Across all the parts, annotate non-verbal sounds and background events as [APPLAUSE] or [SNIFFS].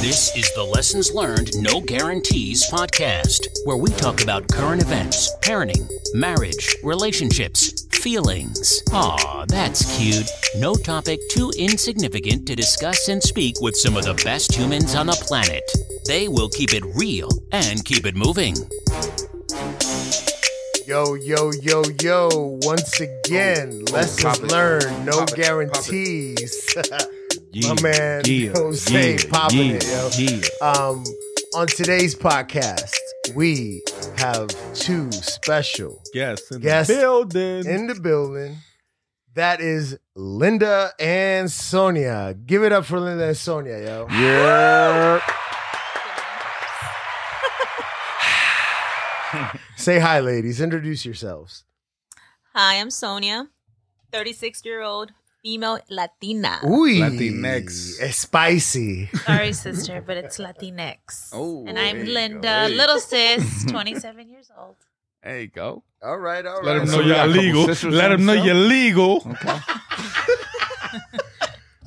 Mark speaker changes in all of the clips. Speaker 1: This is the Lessons Learned No Guarantees podcast, where we talk about current events, parenting, marriage, relationships, feelings. Aw, that's cute. No topic too insignificant to discuss and speak with some of the best humans on the planet. They will keep it real and keep it moving.
Speaker 2: Yo, yo, yo, yo. Once again,
Speaker 3: Oh,
Speaker 2: lessons
Speaker 3: pop it.
Speaker 2: learned, no
Speaker 3: Pop it, pop it.
Speaker 2: guarantees. [LAUGHS]
Speaker 4: Yeah,
Speaker 2: My man, you know what I'm saying? Popping
Speaker 4: yeah,
Speaker 2: it, yo.
Speaker 4: yeah.
Speaker 2: um, on today's podcast, we have two special
Speaker 3: Yes, in
Speaker 2: Yes.
Speaker 3: the building.
Speaker 2: in the building. That is Linda and Sonia. Give it up for Linda and Sonia, yo.
Speaker 3: yeah.
Speaker 2: [LAUGHS] Say hi, ladies. Introduce yourselves.
Speaker 5: Hi, I'm Sonia, 36 year old female Latina.
Speaker 2: Ooh,
Speaker 3: Latinx.
Speaker 2: Spicy.
Speaker 6: Sorry, sister, but it's Latinx.
Speaker 7: Oh,
Speaker 6: and
Speaker 7: there
Speaker 6: I'm
Speaker 7: you go.
Speaker 6: Linda,
Speaker 7: There you
Speaker 6: little sis, 27 years old.
Speaker 7: There you go. All right, all right.
Speaker 3: Let him
Speaker 7: So
Speaker 3: know
Speaker 7: we got
Speaker 3: you're
Speaker 7: a couple
Speaker 3: legal.
Speaker 7: sisters
Speaker 3: Let
Speaker 7: and
Speaker 3: him know
Speaker 7: stuff?
Speaker 3: you're legal.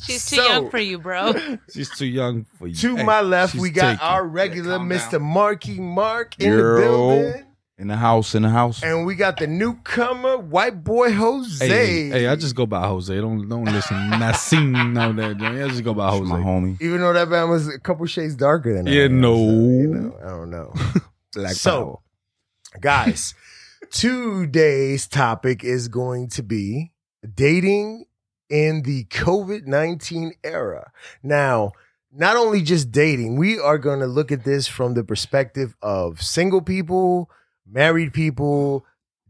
Speaker 6: She's too
Speaker 2: So-
Speaker 6: young for you, bro.
Speaker 3: She's too young for you.
Speaker 2: To
Speaker 3: Hey,
Speaker 2: my left,
Speaker 3: she's
Speaker 2: we got
Speaker 3: taken.
Speaker 2: our regular
Speaker 3: calm
Speaker 2: Mr.
Speaker 3: down.
Speaker 2: Marky Mark in
Speaker 3: Yo.
Speaker 2: the building.
Speaker 4: In the house, in the house.
Speaker 2: And we got the newcomer, white boy Jose.
Speaker 3: Hey, hey, hey, I just go by Jose. Don't don't listen. Nassim, none of that. I just go by
Speaker 4: That's my
Speaker 3: Jose.
Speaker 4: homie.
Speaker 2: Even though that band was a couple shades darker than I
Speaker 3: Yeah,
Speaker 2: am,
Speaker 3: no.
Speaker 2: so, you know, I don't know.
Speaker 3: Black
Speaker 2: so, guys, today's topic is going to be dating in the COVID 19 era. Now, not only just dating, we are going to look at this from the perspective of single people, married people,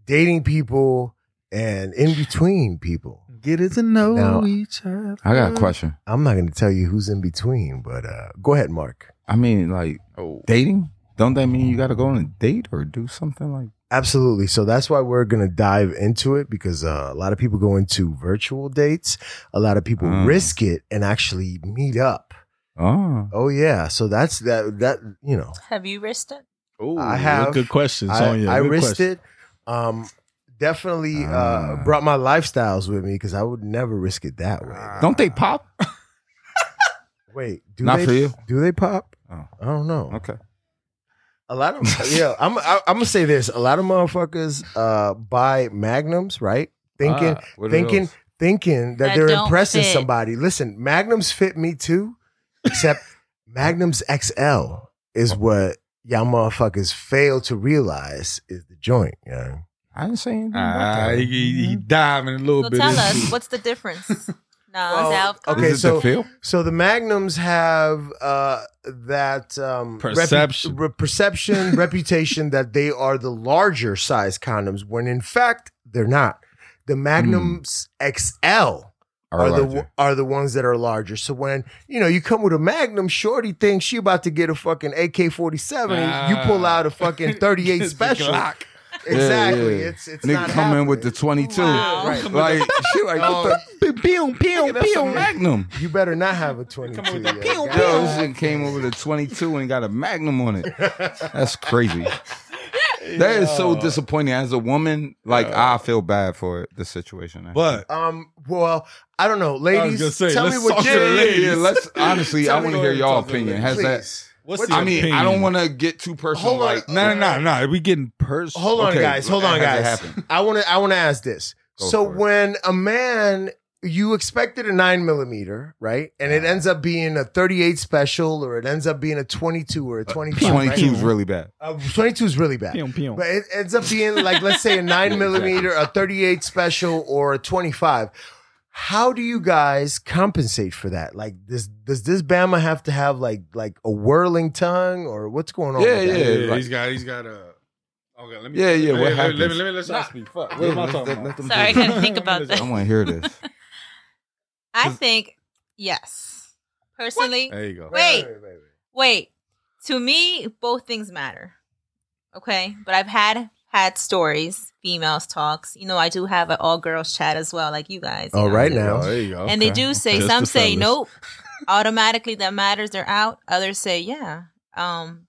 Speaker 2: dating people, and in between people.
Speaker 3: get it to know
Speaker 2: Now-
Speaker 3: each other.
Speaker 4: I
Speaker 2: mm.
Speaker 4: got a question.
Speaker 2: I'm not going to tell you who's in between, but uh, go ahead, Mark.
Speaker 4: I mean, like
Speaker 7: Oh,
Speaker 4: dating. Don't that mean you got to go on a date or do something like?
Speaker 2: Absolutely. So that's why we're going to dive into it because uh, a lot of people go into virtual dates. A lot of people
Speaker 4: Mm.
Speaker 2: risk it and actually meet up.
Speaker 4: Oh,
Speaker 2: Oh yeah. So that's that that you know.
Speaker 5: Have you risked it?
Speaker 2: I have
Speaker 3: good questions
Speaker 2: I,
Speaker 3: on you.
Speaker 2: I
Speaker 3: Good
Speaker 2: risked
Speaker 3: question.
Speaker 2: it. Um definitely uh
Speaker 4: Ah.
Speaker 2: brought my lifestyles with me because I would never risk it that way.
Speaker 4: don't they pop?
Speaker 2: Wait, do
Speaker 4: Ah. Not
Speaker 2: they
Speaker 4: for you.
Speaker 2: do they pop?
Speaker 4: Oh.
Speaker 2: I don't know.
Speaker 4: Okay.
Speaker 2: A lot of [LAUGHS] yeah, I'm I, I'm gonna say this. A lot of motherfuckers uh buy magnums, right? Thinking
Speaker 4: Ah, what are
Speaker 2: thinking
Speaker 4: those?
Speaker 2: thinking that,
Speaker 6: That
Speaker 2: they're
Speaker 6: don't
Speaker 2: impressing
Speaker 6: fit.
Speaker 2: somebody. Listen, Magnums fit me too, except Magnums XL is what y'all motherfuckers fail to realize is the joint. You know?
Speaker 4: I didn't say anything.
Speaker 3: Ah,
Speaker 4: about
Speaker 3: he,
Speaker 4: that.
Speaker 3: he, he diving a little
Speaker 7: Oh,
Speaker 5: So
Speaker 3: bit.
Speaker 5: tell
Speaker 3: into
Speaker 5: us,
Speaker 3: it.
Speaker 5: what's the difference? No,
Speaker 6: Uh,
Speaker 2: Well,
Speaker 5: outcome.
Speaker 2: okay,
Speaker 4: Is it
Speaker 2: so-
Speaker 4: the feel?
Speaker 2: So the Magnums have uh, that um, repu-
Speaker 3: Perception.
Speaker 2: re- perception, [LAUGHS] reputation that they are the larger size condoms, when in fact they're not. The
Speaker 4: Hmm.
Speaker 2: Magnums XL
Speaker 4: Or
Speaker 2: are the
Speaker 4: like-
Speaker 2: are the ones that are larger. So when you know you come with a Magnum, Shorty thinks she about to get a fucking AK forty seven. You pull out a
Speaker 3: [LAUGHS]
Speaker 2: fucking thirty eight
Speaker 3: It's a
Speaker 2: special.
Speaker 3: Glock.
Speaker 2: Exactly.
Speaker 4: Yeah, yeah.
Speaker 2: It's it's
Speaker 4: Nigga
Speaker 2: not
Speaker 4: come in with the
Speaker 2: happening.
Speaker 4: twenty two.
Speaker 5: Wow.
Speaker 2: Right.
Speaker 4: Like she like
Speaker 2: Oh.
Speaker 4: what the pew pew
Speaker 2: that's
Speaker 4: pew
Speaker 2: some-
Speaker 4: magnum.
Speaker 2: You better not have a twenty two.
Speaker 3: with
Speaker 4: [LAUGHS]
Speaker 3: the
Speaker 4: Yo, this shit came over the 22 and got a magnum on
Speaker 2: [LAUGHS]
Speaker 4: it. That's crazy. That is so disappointing. As a woman, like
Speaker 2: Uh.
Speaker 4: I feel bad for the situation.
Speaker 3: But
Speaker 2: Um. Well, I don't know,
Speaker 3: was
Speaker 2: ladies.
Speaker 3: gonna say,
Speaker 2: tell me
Speaker 3: let's
Speaker 2: what
Speaker 3: talk
Speaker 2: you
Speaker 3: to the
Speaker 4: yeah,
Speaker 3: ladies.
Speaker 4: yeah, let's honestly,
Speaker 3: Tell
Speaker 4: I
Speaker 3: me
Speaker 4: want to
Speaker 3: what
Speaker 4: hear
Speaker 3: we're
Speaker 4: y'all
Speaker 3: talking
Speaker 4: opinion.
Speaker 3: about.
Speaker 4: Has that?
Speaker 2: Please.
Speaker 3: what's
Speaker 2: What-
Speaker 3: your
Speaker 4: I mean,
Speaker 3: opinion?
Speaker 4: I don't want to get too personal.
Speaker 2: Hold on.
Speaker 4: like,
Speaker 3: No, no, no, no. We getting personal.
Speaker 2: Hold on,
Speaker 4: Okay,
Speaker 2: guys. Hold on,
Speaker 4: has it
Speaker 2: guys.
Speaker 4: happened?
Speaker 2: I want to. I want to ask this.
Speaker 4: Go
Speaker 2: so
Speaker 4: for it.
Speaker 2: when a man, you expected a nine millimeter, right? And it ends up being a thirty-eight special, or it ends up being a twenty-two or a
Speaker 4: Uh,
Speaker 2: twenty-five.
Speaker 4: [LAUGHS]
Speaker 2: right?
Speaker 4: 22 is really bad.
Speaker 2: Uh, 22 is really bad.
Speaker 3: Pew, pew.
Speaker 2: But it ends up being like, let's
Speaker 4: [LAUGHS]
Speaker 2: say a 9 millimeter, a 38 special, or a 25. How do you guys compensate for that? Like, does, does this Bama have to have like like a whirling tongue or what's going on?
Speaker 4: Yeah,
Speaker 2: with that?
Speaker 4: yeah.
Speaker 3: Yeah,
Speaker 4: like-
Speaker 3: he's got, he's got a. Okay, let me.
Speaker 4: Yeah, yeah, what
Speaker 3: Let, let- let, me,
Speaker 4: happens?
Speaker 3: let me let y'all speak. Fuck, what
Speaker 4: Yeah,
Speaker 3: am I
Speaker 4: let-
Speaker 3: talking
Speaker 4: let-
Speaker 3: about?
Speaker 4: let them
Speaker 6: Sorry, I
Speaker 4: do it.
Speaker 6: gotta think about
Speaker 4: I
Speaker 6: that.
Speaker 4: want to hear this.
Speaker 5: I think yes. Personally,
Speaker 3: [LAUGHS] There you go.
Speaker 5: Wait. wait. To me, both things matter. Okay, but I've had had stories, females talks. You know, I do have an all girls chat as well, like you guys. you
Speaker 2: All
Speaker 5: know,
Speaker 2: right
Speaker 5: so-
Speaker 2: now.
Speaker 3: Oh, there you go.
Speaker 5: And they do say
Speaker 3: Just
Speaker 5: some
Speaker 3: the
Speaker 5: say
Speaker 3: fellas.
Speaker 5: nope. Automatically that matters, they're out. Others say yeah. Um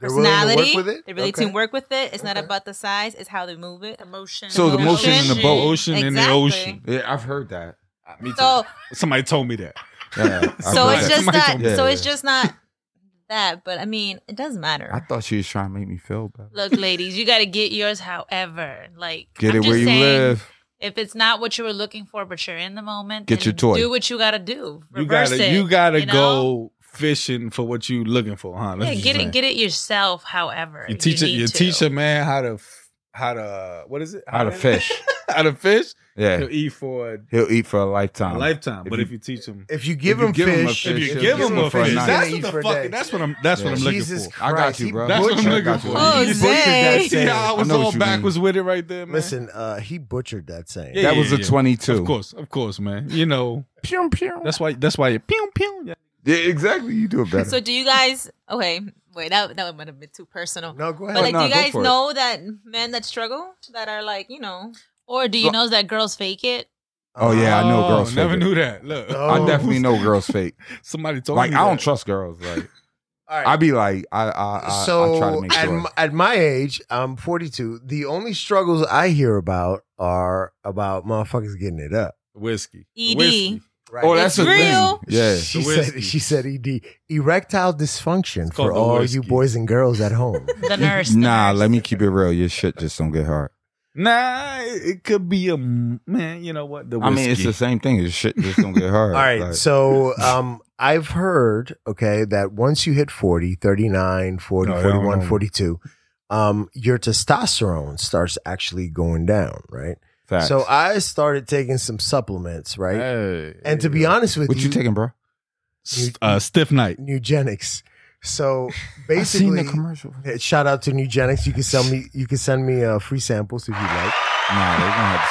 Speaker 2: They're willing to work
Speaker 5: personality.
Speaker 2: with it?
Speaker 5: They really
Speaker 2: Okay.
Speaker 5: can work with it. It's not
Speaker 2: Okay.
Speaker 5: about the size, it's how they move it.
Speaker 6: Emotion.
Speaker 4: So the motion in the boat.
Speaker 3: Ocean in the
Speaker 5: Exactly.
Speaker 3: ocean. Uh,
Speaker 4: Yeah, I've heard that.
Speaker 3: Me
Speaker 5: So
Speaker 3: Somebody told me that.
Speaker 4: Yeah, I've
Speaker 5: so
Speaker 3: [LAUGHS]
Speaker 4: heard
Speaker 5: it's
Speaker 4: that.
Speaker 5: just not
Speaker 4: Yeah,
Speaker 5: so it's
Speaker 4: yeah.
Speaker 5: just not that, but I mean, it does matter.
Speaker 4: I thought she was trying to make me feel better.
Speaker 6: Look, ladies, you got to get yours however. Like,
Speaker 4: Get
Speaker 6: I'm
Speaker 4: it
Speaker 6: just
Speaker 4: where you
Speaker 6: saying,
Speaker 4: live.
Speaker 6: If it's not what you were looking for, but you're in the moment,
Speaker 4: Get
Speaker 6: then
Speaker 4: your toy.
Speaker 6: Do what you got to do.
Speaker 3: You
Speaker 6: Reverse
Speaker 3: gotta
Speaker 6: it.
Speaker 3: you gotta
Speaker 6: you know?
Speaker 3: go fishing for what you looking for, huh?
Speaker 6: Yeah, get it, get it yourself. However,
Speaker 3: You teach it,
Speaker 6: need
Speaker 3: you
Speaker 6: to.
Speaker 3: teach a man how to f- how to what is it?
Speaker 4: How to
Speaker 3: [LAUGHS]
Speaker 4: fish.
Speaker 3: how to fish.
Speaker 4: Yeah.
Speaker 3: He'll eat for
Speaker 4: He'll eat for a
Speaker 3: a
Speaker 4: lifetime.
Speaker 3: lifetime.
Speaker 4: if
Speaker 3: but
Speaker 4: you-
Speaker 3: Um, if you teach him,
Speaker 2: If you give
Speaker 4: If you
Speaker 2: him
Speaker 4: give him a
Speaker 2: fish,
Speaker 4: fish, If you
Speaker 2: he'll
Speaker 4: give him a
Speaker 2: for
Speaker 4: fish,
Speaker 2: night.
Speaker 4: that's
Speaker 2: He's gonna eat for a day.
Speaker 3: what I'm. That's
Speaker 4: what I'm
Speaker 2: Jesus
Speaker 4: I got
Speaker 2: Christ,
Speaker 4: you,
Speaker 2: he
Speaker 4: bro.
Speaker 3: That's what I'm
Speaker 2: butchered-
Speaker 3: looking
Speaker 4: I got
Speaker 3: for.
Speaker 4: you.
Speaker 6: Oh,
Speaker 2: he butchered that
Speaker 5: Jose.
Speaker 6: [LAUGHS]
Speaker 2: saying.
Speaker 3: Yeah, I was
Speaker 4: know
Speaker 3: all
Speaker 4: what you
Speaker 3: backwards
Speaker 4: mean.
Speaker 3: with it right
Speaker 5: Oh.
Speaker 3: there, man.
Speaker 2: Listen, uh, he butchered that saying.
Speaker 3: Yeah,
Speaker 4: That was a
Speaker 3: yeah.
Speaker 4: 22.
Speaker 3: of course, of course, man. You know,
Speaker 4: Pew, pew.
Speaker 3: that's why. That's why you pew pew. Yeah.
Speaker 4: Yeah, exactly. You do it better.
Speaker 5: So do you guys? Okay, wait, that that might have been too personal.
Speaker 2: No, go
Speaker 5: But
Speaker 2: ahead.
Speaker 5: like,
Speaker 4: no,
Speaker 5: do you
Speaker 4: go
Speaker 5: guys
Speaker 4: for it.
Speaker 5: know that men that struggle that are like, you know,
Speaker 6: Or do you know that girls fake it?
Speaker 2: Uh,
Speaker 4: oh, yeah, I know girls
Speaker 3: Never
Speaker 4: fake it.
Speaker 3: knew that. Look,
Speaker 2: No.
Speaker 4: I
Speaker 3: [LAUGHS]
Speaker 4: definitely know girls fake.
Speaker 3: somebody told
Speaker 4: Like
Speaker 3: me.
Speaker 4: I don't
Speaker 3: that.
Speaker 4: trust girls. Like
Speaker 2: All right.
Speaker 4: I be like I I, I, I try to
Speaker 2: so
Speaker 4: make
Speaker 2: at,
Speaker 4: sure.
Speaker 2: m- at my age, I'm 42. The only struggles I hear about are about motherfuckers getting it up.
Speaker 3: whiskey. The
Speaker 6: E
Speaker 5: ED.
Speaker 3: whiskey.
Speaker 2: Right.
Speaker 4: oh, that's
Speaker 5: It's
Speaker 4: a
Speaker 5: real.
Speaker 4: thing. Yeah.
Speaker 2: She
Speaker 3: The
Speaker 2: said
Speaker 3: whiskey.
Speaker 2: she said ED erectile dysfunction
Speaker 3: called
Speaker 2: for
Speaker 3: the
Speaker 2: all
Speaker 3: whiskey.
Speaker 2: you boys and girls at
Speaker 4: [LAUGHS]
Speaker 2: home.
Speaker 6: The nurse. the
Speaker 4: Nah,
Speaker 6: nurse.
Speaker 4: let me keep it real. Your shit just don't get hard.
Speaker 3: Nah, it it could be a m- man. You know what? The
Speaker 4: I mean, it's
Speaker 3: whiskey.
Speaker 4: the same thing. Your shit just don't
Speaker 3: [LAUGHS]
Speaker 4: get hard.
Speaker 2: all right.
Speaker 4: Like,
Speaker 2: so um I've heard, okay, that once you hit 40, 39, 40,
Speaker 3: No, I don't
Speaker 2: 41,
Speaker 3: know.
Speaker 2: 42, um your testosterone starts actually going down, right?
Speaker 4: facts.
Speaker 2: So I started taking some supplements, right?
Speaker 3: Hey.
Speaker 2: and to be honest with
Speaker 4: what you taking, bro?
Speaker 2: You-
Speaker 3: uh, stiff night.
Speaker 2: Nugenics. So
Speaker 4: I seen
Speaker 2: basically,
Speaker 4: the commercial. Nah,
Speaker 2: hey, shout out to Nugenics. You can sell me. You can send me uh, free samples if you like.
Speaker 4: they gonna have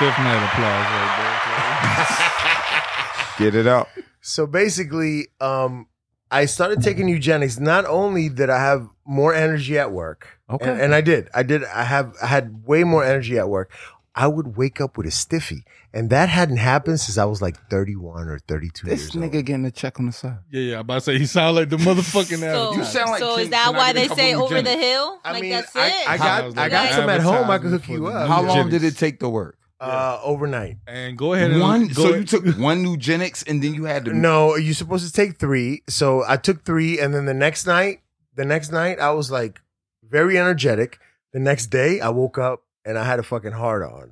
Speaker 4: to send us a
Speaker 3: That's a stiff night applause right
Speaker 4: check. [LAUGHS] Get it out.
Speaker 2: So basically, um, I started taking Nugenics. Not only did I have more energy at work,
Speaker 4: Okay.
Speaker 2: and, and I did, I did, I have, I had way more energy at work. I would wake up with a stiffy, and that hadn't happened since I was like thirty-one or thirty-two years
Speaker 4: This nigga
Speaker 2: old.
Speaker 4: getting a check on the side.
Speaker 3: there. Yeah, yeah. I'm about to say he sound like the
Speaker 4: [LAUGHS]
Speaker 3: motherfucking.
Speaker 5: so,
Speaker 3: advertiser.
Speaker 4: You sound like
Speaker 5: so
Speaker 4: King-
Speaker 5: is that
Speaker 4: can I
Speaker 5: why
Speaker 4: get a
Speaker 5: they
Speaker 4: couple
Speaker 5: say
Speaker 4: of
Speaker 5: over the
Speaker 4: Nugenics?
Speaker 5: hill?
Speaker 2: I
Speaker 5: like
Speaker 2: mean,
Speaker 5: that's
Speaker 2: I-
Speaker 5: it.
Speaker 2: I got- I got some at home. I could hook you up.
Speaker 4: How long
Speaker 3: Nugenics.
Speaker 4: did it take to work?
Speaker 2: Uh, overnight.
Speaker 3: And go ahead and
Speaker 4: One.
Speaker 3: Go
Speaker 4: So
Speaker 3: ahead-
Speaker 4: you took one Nugenics and then you had to.
Speaker 2: No, you're supposed to take three. So I took three, and then the next night, the next night I was like very energetic. The next day I woke up and I had a fucking heart on.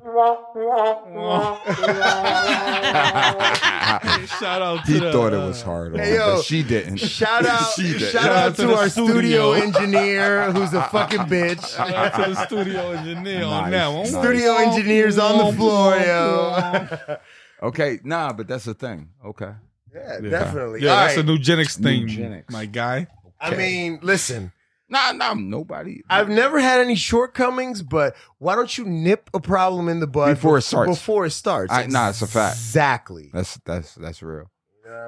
Speaker 3: [LAUGHS] Shout out
Speaker 4: [LAUGHS]
Speaker 3: to
Speaker 4: he
Speaker 3: the,
Speaker 4: thought it
Speaker 3: uh,
Speaker 4: was hard, on,
Speaker 2: Hey, yo.
Speaker 4: but she didn't.
Speaker 3: [LAUGHS]
Speaker 4: [LAUGHS]
Speaker 2: Shout out,
Speaker 4: She did.
Speaker 2: shout, out to,
Speaker 3: the
Speaker 2: our studio
Speaker 3: studio.
Speaker 2: engineer who's a fucking
Speaker 3: [LAUGHS] Shout
Speaker 2: bitch.
Speaker 3: out to the studio engineer
Speaker 4: Nice,
Speaker 3: on that one.
Speaker 4: nice.
Speaker 2: Studio engineers on the floor, yo. [LAUGHS]
Speaker 4: Okay, nah, but that's the thing. Okay.
Speaker 2: yeah,
Speaker 3: Yeah.
Speaker 2: definitely.
Speaker 3: Yeah,
Speaker 2: All
Speaker 3: that's
Speaker 2: right.
Speaker 3: a nugenics thing,
Speaker 4: Nugenics.
Speaker 3: my guy.
Speaker 2: I mean, listen,
Speaker 4: Nah, nah, nobody.
Speaker 2: I've never had any shortcomings, but why don't you nip a problem in the bud
Speaker 4: Before it
Speaker 2: bef-
Speaker 4: starts.
Speaker 2: Before it starts,
Speaker 4: I- nah, it's a fact.
Speaker 2: Exactly.
Speaker 4: that's that's that's real.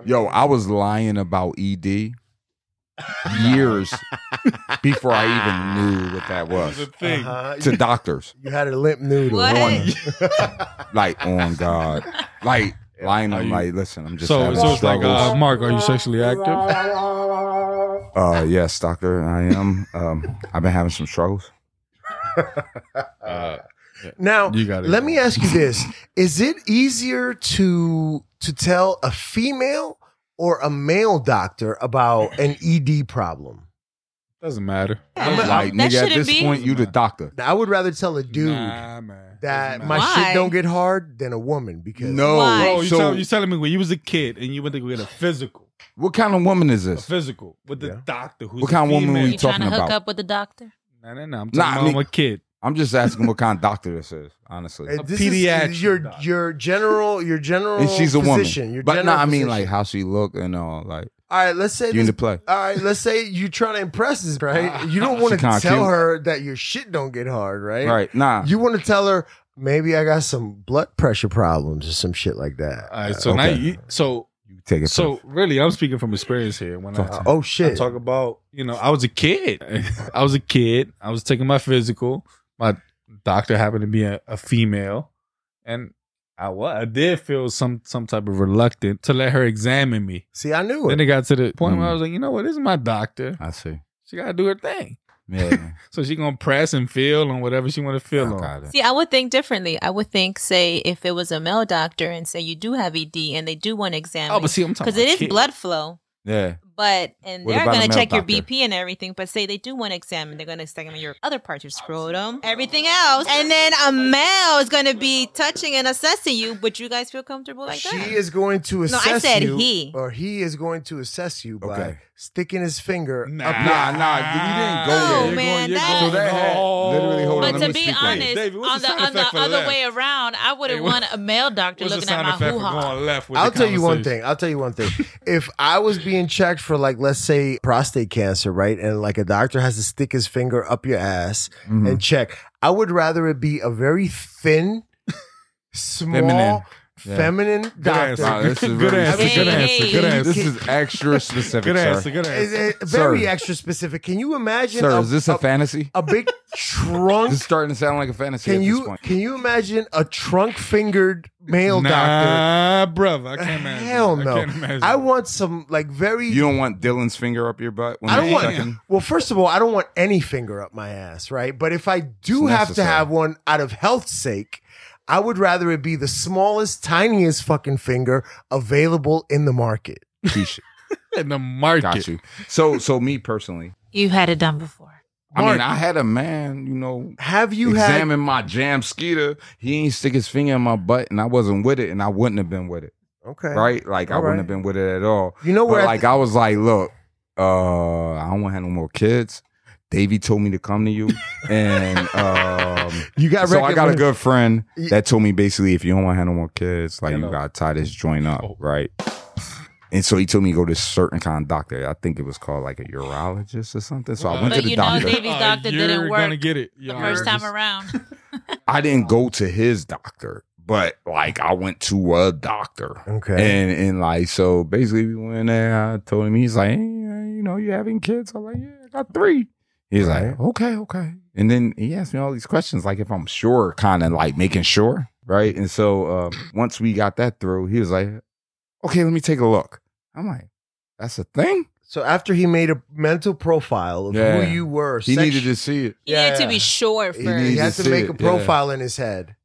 Speaker 4: Yo, I was lying about ED
Speaker 2: [LAUGHS]
Speaker 4: years before I even knew what that
Speaker 3: That's the
Speaker 4: was
Speaker 3: thing.
Speaker 2: Uh-huh.
Speaker 4: to doctors.
Speaker 2: You had a limp noodle.
Speaker 5: What?
Speaker 2: on.
Speaker 4: Like, on God, like lying.
Speaker 3: Are
Speaker 4: I'm
Speaker 3: you-
Speaker 4: like, listen, I'm just
Speaker 3: so,
Speaker 4: having
Speaker 3: so it's like,
Speaker 4: struggles.
Speaker 3: uh, Mark, are you sexually active?
Speaker 4: Uh, yes, doctor, I am. Um, I've been having some struggles.
Speaker 3: Uh,
Speaker 2: Now,
Speaker 3: You gotta
Speaker 2: let
Speaker 3: go.
Speaker 2: me ask you this: Is it easier to to tell a female or a male doctor about an ED problem?
Speaker 3: doesn't matter.
Speaker 5: Yeah.
Speaker 4: Like,
Speaker 5: That
Speaker 4: nigga, at
Speaker 5: shouldn't
Speaker 4: this
Speaker 5: be-
Speaker 4: point, you the doctor.
Speaker 2: Now, I would rather tell a dude
Speaker 3: Nah, man.
Speaker 2: that
Speaker 3: Doesn't
Speaker 2: my
Speaker 3: matter.
Speaker 5: Why?
Speaker 2: shit don't get hard than a woman because
Speaker 4: No,
Speaker 5: Why?
Speaker 3: Bro, you
Speaker 4: so
Speaker 3: tell, you're telling me when you was a kid and you went to go get a physical,
Speaker 4: what kind of woman is
Speaker 3: a
Speaker 4: this?
Speaker 3: physical with the
Speaker 2: Yeah.
Speaker 3: doctor who's
Speaker 4: What
Speaker 3: a
Speaker 4: kind of woman
Speaker 3: female.
Speaker 4: we
Speaker 6: You trying to
Speaker 4: talking
Speaker 6: hook
Speaker 4: about?
Speaker 6: up with the doctor?
Speaker 3: Nah, nah, nah. I'm talking
Speaker 4: Nah, I
Speaker 3: about
Speaker 4: mean-
Speaker 3: a kid.
Speaker 4: I'm just asking what kind of doctor this is, honestly.
Speaker 2: Uh,
Speaker 3: A
Speaker 2: this
Speaker 3: pediatric
Speaker 2: is your
Speaker 3: doctor.
Speaker 2: your general your general
Speaker 4: and she's a
Speaker 2: physician,
Speaker 4: woman.
Speaker 2: your
Speaker 4: But no,
Speaker 2: general
Speaker 4: I mean
Speaker 2: physician.
Speaker 4: like how she look and all. Like
Speaker 2: all right, let's say
Speaker 4: you
Speaker 2: this,
Speaker 4: need to play.
Speaker 2: all right, let's say you're trying to impress this, right? You don't
Speaker 4: She
Speaker 2: want to
Speaker 4: kinda
Speaker 2: tell
Speaker 4: cute.
Speaker 2: her that your shit don't get hard, right?
Speaker 4: Right? Nah.
Speaker 2: You want to tell her maybe I got some blood pressure problems or some shit like that.
Speaker 3: All right, so now
Speaker 4: Okay.
Speaker 3: you, so
Speaker 4: You take it.
Speaker 3: so really, I'm speaking from experience here. When I,
Speaker 2: Uh, oh
Speaker 3: I
Speaker 2: shit!
Speaker 3: talk about, you know, I was a kid. I was a kid. I was taking my physical. My doctor happened to be a, a female, and I was I did feel some some type of reluctant to let her examine me.
Speaker 2: See, I knew
Speaker 3: Then
Speaker 2: it.
Speaker 3: it got to the point where I
Speaker 4: Mm.
Speaker 3: was like, you know what, this is my doctor.
Speaker 4: I see.
Speaker 3: She gotta do her thing.
Speaker 4: Yeah.
Speaker 3: [LAUGHS] So she gonna press and feel on whatever she wanna feel
Speaker 4: I
Speaker 3: on.
Speaker 4: got it.
Speaker 5: See, I would think differently. I would think, say, if it was a male doctor E and say you do have ED and they do want to examine,
Speaker 3: Oh, but see, I'm talking
Speaker 5: because it
Speaker 3: about
Speaker 5: is
Speaker 3: kids.
Speaker 5: blood flow.
Speaker 4: Yeah.
Speaker 5: But and
Speaker 4: What
Speaker 5: they're
Speaker 4: about a
Speaker 5: gonna
Speaker 4: male
Speaker 5: check your
Speaker 4: doctor?
Speaker 5: BP and everything. But say they do want to examine, they're gonna examine your other parts, your scrotum, everything else, and then a male is gonna be touching and assessing you. Would you guys feel comfortable like
Speaker 2: she
Speaker 5: that?
Speaker 2: is going to
Speaker 5: No, I
Speaker 2: assess
Speaker 5: said
Speaker 2: you,
Speaker 5: he.
Speaker 2: or he is going to assess you by
Speaker 4: Okay.
Speaker 2: sticking his finger.
Speaker 3: Nah.
Speaker 2: up your-
Speaker 4: Nah, nah, you didn't go
Speaker 5: No,
Speaker 4: there.
Speaker 5: man, that-
Speaker 4: So that had
Speaker 3: No.
Speaker 4: literally hold on.
Speaker 6: But
Speaker 4: let
Speaker 6: to
Speaker 4: me
Speaker 6: be
Speaker 4: speak on it.
Speaker 6: honest,
Speaker 3: David, what's the
Speaker 6: on the,
Speaker 3: sound
Speaker 6: on the
Speaker 3: effect for
Speaker 6: other
Speaker 3: that?
Speaker 6: way around, I wouldn't
Speaker 3: Hey, what-
Speaker 6: want a male doctor
Speaker 3: What's the
Speaker 6: looking at
Speaker 3: sound
Speaker 6: my
Speaker 3: effect for
Speaker 6: hoo ha.
Speaker 3: going left with
Speaker 2: I'll
Speaker 3: the
Speaker 2: tell you one
Speaker 3: conversation?
Speaker 2: thing. I'll tell you one thing. [LAUGHS] if I was being checked for like, let's say prostate cancer, right, and like a doctor has to stick his finger up your ass
Speaker 4: Mhm.
Speaker 2: and check, I would rather it be a very thin,
Speaker 4: [LAUGHS]
Speaker 2: small, feminine,
Speaker 4: Feminine. Yeah.
Speaker 3: Good
Speaker 2: doctor.
Speaker 3: answer.
Speaker 4: Wow, this is
Speaker 3: [LAUGHS] good
Speaker 4: really
Speaker 3: answer. Good
Speaker 6: specific.
Speaker 3: answer. Good
Speaker 6: Hey,
Speaker 3: answer.
Speaker 4: This is extra specific,
Speaker 3: [LAUGHS] Good
Speaker 4: sir.
Speaker 3: answer. Good
Speaker 2: It's,
Speaker 3: answer.
Speaker 2: it's very
Speaker 4: Sir.
Speaker 2: extra specific. Can you imagine?
Speaker 4: Sir,
Speaker 2: a,
Speaker 4: is [LAUGHS] this a fantasy?
Speaker 2: a big trunk
Speaker 4: This is starting to sound like a fantasy
Speaker 2: Can
Speaker 4: at
Speaker 2: you
Speaker 4: this point.
Speaker 2: can you imagine a trunk fingered male doctor?
Speaker 3: Nah, brother. I can't imagine.
Speaker 2: Hell
Speaker 3: I
Speaker 2: no!
Speaker 3: can't
Speaker 2: I,
Speaker 3: imagine.
Speaker 2: want some like very.
Speaker 4: You don't want Dylan's finger up your butt. When
Speaker 2: I don't
Speaker 4: you're
Speaker 2: want.
Speaker 4: sucking?
Speaker 2: Well, first of all, I don't want any finger up my ass, right? But if I do
Speaker 4: It's
Speaker 2: have
Speaker 4: necessary.
Speaker 2: to have one out of health's sake, I would rather it be the smallest, tiniest fucking finger available in the market.
Speaker 4: Sheesh.
Speaker 3: in the market.
Speaker 4: Got you. So, so me personally,
Speaker 6: You've had it done before.
Speaker 4: I mean, I had a man, you know,
Speaker 2: Have you
Speaker 4: examine my jam skeeter. He ain't stick his finger in my butt, and I wasn't with it, and I wouldn't have been with it,
Speaker 2: had okay?
Speaker 4: right? Like I
Speaker 2: All right.
Speaker 4: wouldn't have been with it at all.
Speaker 2: You know
Speaker 4: But
Speaker 2: where?
Speaker 4: like I was like, look, uh, I don't want to have no more kids. Davey told me to come to you, and um,
Speaker 2: you got.
Speaker 4: so I got a
Speaker 2: recommend-
Speaker 4: good friend
Speaker 2: Ye-
Speaker 4: that told me basically if you don't want to have no more kids, like
Speaker 3: Hello.
Speaker 4: you gotta tie this joint up,
Speaker 3: Oh.
Speaker 4: right? And so he told me to go to a certain kind of doctor. I think it was called like a urologist or something. So I went
Speaker 6: But
Speaker 4: to the
Speaker 6: you know
Speaker 4: doctor.
Speaker 6: Davy's doctor
Speaker 3: you're
Speaker 6: didn't work
Speaker 3: gonna get it
Speaker 6: The first time around.
Speaker 4: I didn't go to his doctor, but like I went to a doctor.
Speaker 2: Okay.
Speaker 4: And and like so basically we went there, I told him he's like, hey, you know, you having kids? I'm like, Yeah, I got three. He's
Speaker 2: Right.
Speaker 4: like, Okay, okay. And then he asked me all these questions, like if I'm sure, kind of like making sure, right? And so uh, once we got that through, he was like, Okay, let me take a look. I'm like, That's a thing?
Speaker 2: So after he made a mental profile of
Speaker 4: Yeah.
Speaker 2: who you were,
Speaker 4: He
Speaker 2: sex-
Speaker 4: needed to see it.
Speaker 5: He
Speaker 2: Yeah,
Speaker 5: needed to
Speaker 2: yeah.
Speaker 5: be sure
Speaker 2: he,
Speaker 5: first.
Speaker 4: needs
Speaker 2: he had to
Speaker 4: to see
Speaker 2: make
Speaker 4: it,
Speaker 2: a
Speaker 4: yeah.
Speaker 2: profile in his head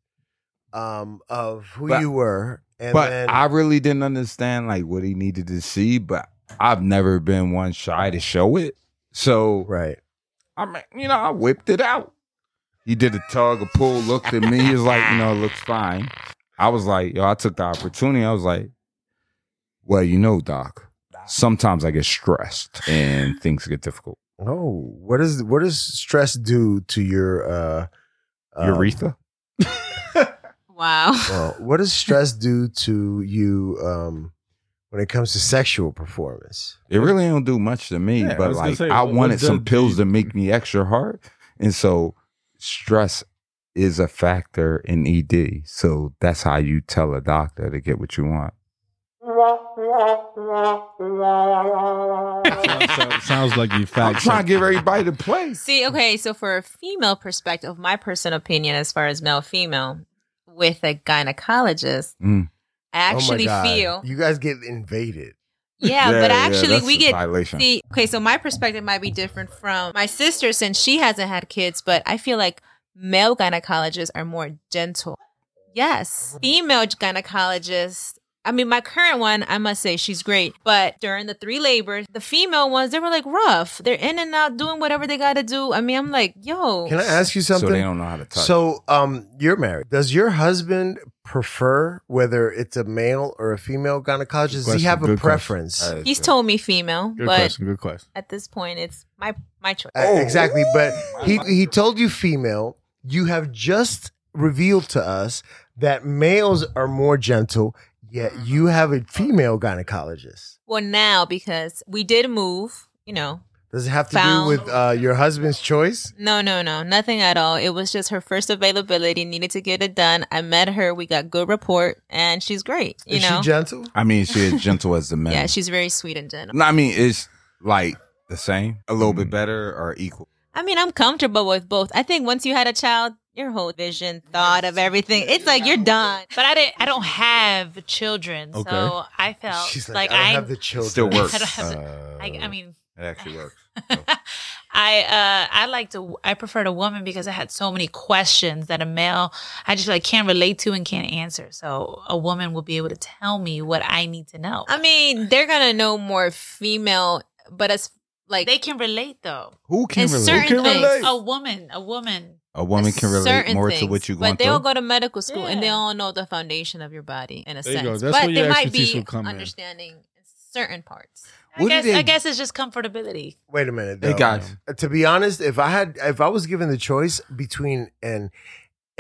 Speaker 2: um of who
Speaker 4: But-
Speaker 2: you were and
Speaker 4: but
Speaker 2: then
Speaker 4: I really didn't understand like what he needed to see, but I've never been one shy to show it. So
Speaker 2: right
Speaker 4: I mean, you know, I whipped it out. He did a tug, a pull, looked [LAUGHS] at me. He was like, you know, it looks fine. I was like, yo, I took the opportunity. I was like, well, you know, Doc, sometimes I get stressed and things get difficult.
Speaker 2: oh what is what does stress do to your uh um,
Speaker 4: Urethra? [LAUGHS]
Speaker 5: Wow. [LAUGHS]
Speaker 2: well, what does stress do to you um when it comes to sexual performance
Speaker 4: It really don't do much to me,
Speaker 3: Yeah, I
Speaker 4: but
Speaker 3: was gonna
Speaker 4: like,
Speaker 3: say,
Speaker 4: I
Speaker 3: what-
Speaker 4: wanted
Speaker 3: what
Speaker 4: some
Speaker 3: does
Speaker 4: pills
Speaker 3: the-
Speaker 4: to make me extra hard. And so stress is a factor in ED. So that's how you tell a doctor to get what you want.
Speaker 3: around. Sounds like you
Speaker 4: I'm
Speaker 3: fact.
Speaker 4: trying to give everybody to play.
Speaker 5: See, okay, so for a female perspective, my personal opinion as far as male female with a gynecologist,
Speaker 4: Mm.
Speaker 2: Oh
Speaker 5: I
Speaker 2: my
Speaker 5: actually
Speaker 2: God.
Speaker 5: feel
Speaker 2: you guys get invaded
Speaker 5: yeah, but actually
Speaker 4: that's
Speaker 5: we
Speaker 4: a
Speaker 5: get
Speaker 4: violation.
Speaker 5: see okay, so my perspective might be different from my sister since she hasn't had kids, but I feel like male gynecologists are more gentle. Yes. Female gynecologists I mean, my current one, I must say she's great. But during the three labors, the female ones, they were like rough. They're in and out doing whatever they got to do. I mean, I'm like, yo.
Speaker 2: can i ask you
Speaker 4: So they
Speaker 2: something
Speaker 4: don't know how to touch.
Speaker 2: so um you're married does your husband prefer whether it's a male or a female gynecologist does he
Speaker 4: Question,
Speaker 2: have a
Speaker 4: good question.
Speaker 2: preference
Speaker 4: That is
Speaker 5: He's
Speaker 4: good.
Speaker 5: told me female,
Speaker 3: Good
Speaker 5: but
Speaker 3: question. Good question.
Speaker 5: at this point, it's my my choice.
Speaker 2: Uh, exactly. But he he told you female. You have just revealed to us that males are more gentle. Yet you have a female gynecologist.
Speaker 5: Well, now because we did move, you know,
Speaker 2: Does it have to
Speaker 5: Found.
Speaker 2: do with uh, your husband's choice?
Speaker 5: no, no, no, nothing at all. It was just her first availability. Needed to get it done. I met her. We got good rapport, and she's great. You
Speaker 2: Is
Speaker 5: know,
Speaker 2: she gentle?
Speaker 4: I mean, she as gentle as the men.
Speaker 5: [LAUGHS] yeah, she's very sweet and gentle.
Speaker 4: No, I mean, it's like the same, a little
Speaker 5: Mm-hmm.
Speaker 4: bit better or equal.
Speaker 5: I mean, I'm comfortable with both. I think once you had a child, your whole vision, thought of everything, it's like you're done.
Speaker 6: But I didn't. I don't have children, so
Speaker 3: Okay.
Speaker 6: I felt
Speaker 2: She's like,
Speaker 6: like,
Speaker 2: I don't
Speaker 6: I.
Speaker 2: [LAUGHS] have the children.
Speaker 4: Still works.
Speaker 6: I don't have
Speaker 4: Uh,
Speaker 5: [SIGHS]
Speaker 6: I, I mean,
Speaker 4: it actually works.
Speaker 6: I I uh I like to I preferred a woman because I had so many questions that a male I just like can't relate to and can't answer. So a woman will be able to tell me what I need to know.
Speaker 5: I mean, they're gonna know more female, but as like
Speaker 6: they can relate though.
Speaker 4: Who can
Speaker 5: In
Speaker 4: relate?
Speaker 5: certain
Speaker 4: Who can
Speaker 5: things. Oh,
Speaker 4: relate?
Speaker 6: A woman, a woman.
Speaker 4: A woman can relate
Speaker 5: certain
Speaker 4: more to
Speaker 5: things,
Speaker 4: what you're
Speaker 5: But
Speaker 4: going
Speaker 5: they'll
Speaker 4: through.
Speaker 5: go to medical school and
Speaker 6: Yeah.
Speaker 5: they'll know the foundation of your body in a
Speaker 3: There you
Speaker 5: sense.
Speaker 3: go. That's
Speaker 5: but
Speaker 3: where your
Speaker 5: they might
Speaker 3: expertise
Speaker 5: be
Speaker 3: will come in.
Speaker 5: understanding certain parts.
Speaker 6: I
Speaker 4: What do
Speaker 6: guess
Speaker 4: they-
Speaker 6: I guess it's just comfortability.
Speaker 2: Wait a minute.
Speaker 4: Hey
Speaker 2: though. Uh,
Speaker 4: guys,
Speaker 2: to be honest, if I had if I was given the choice between an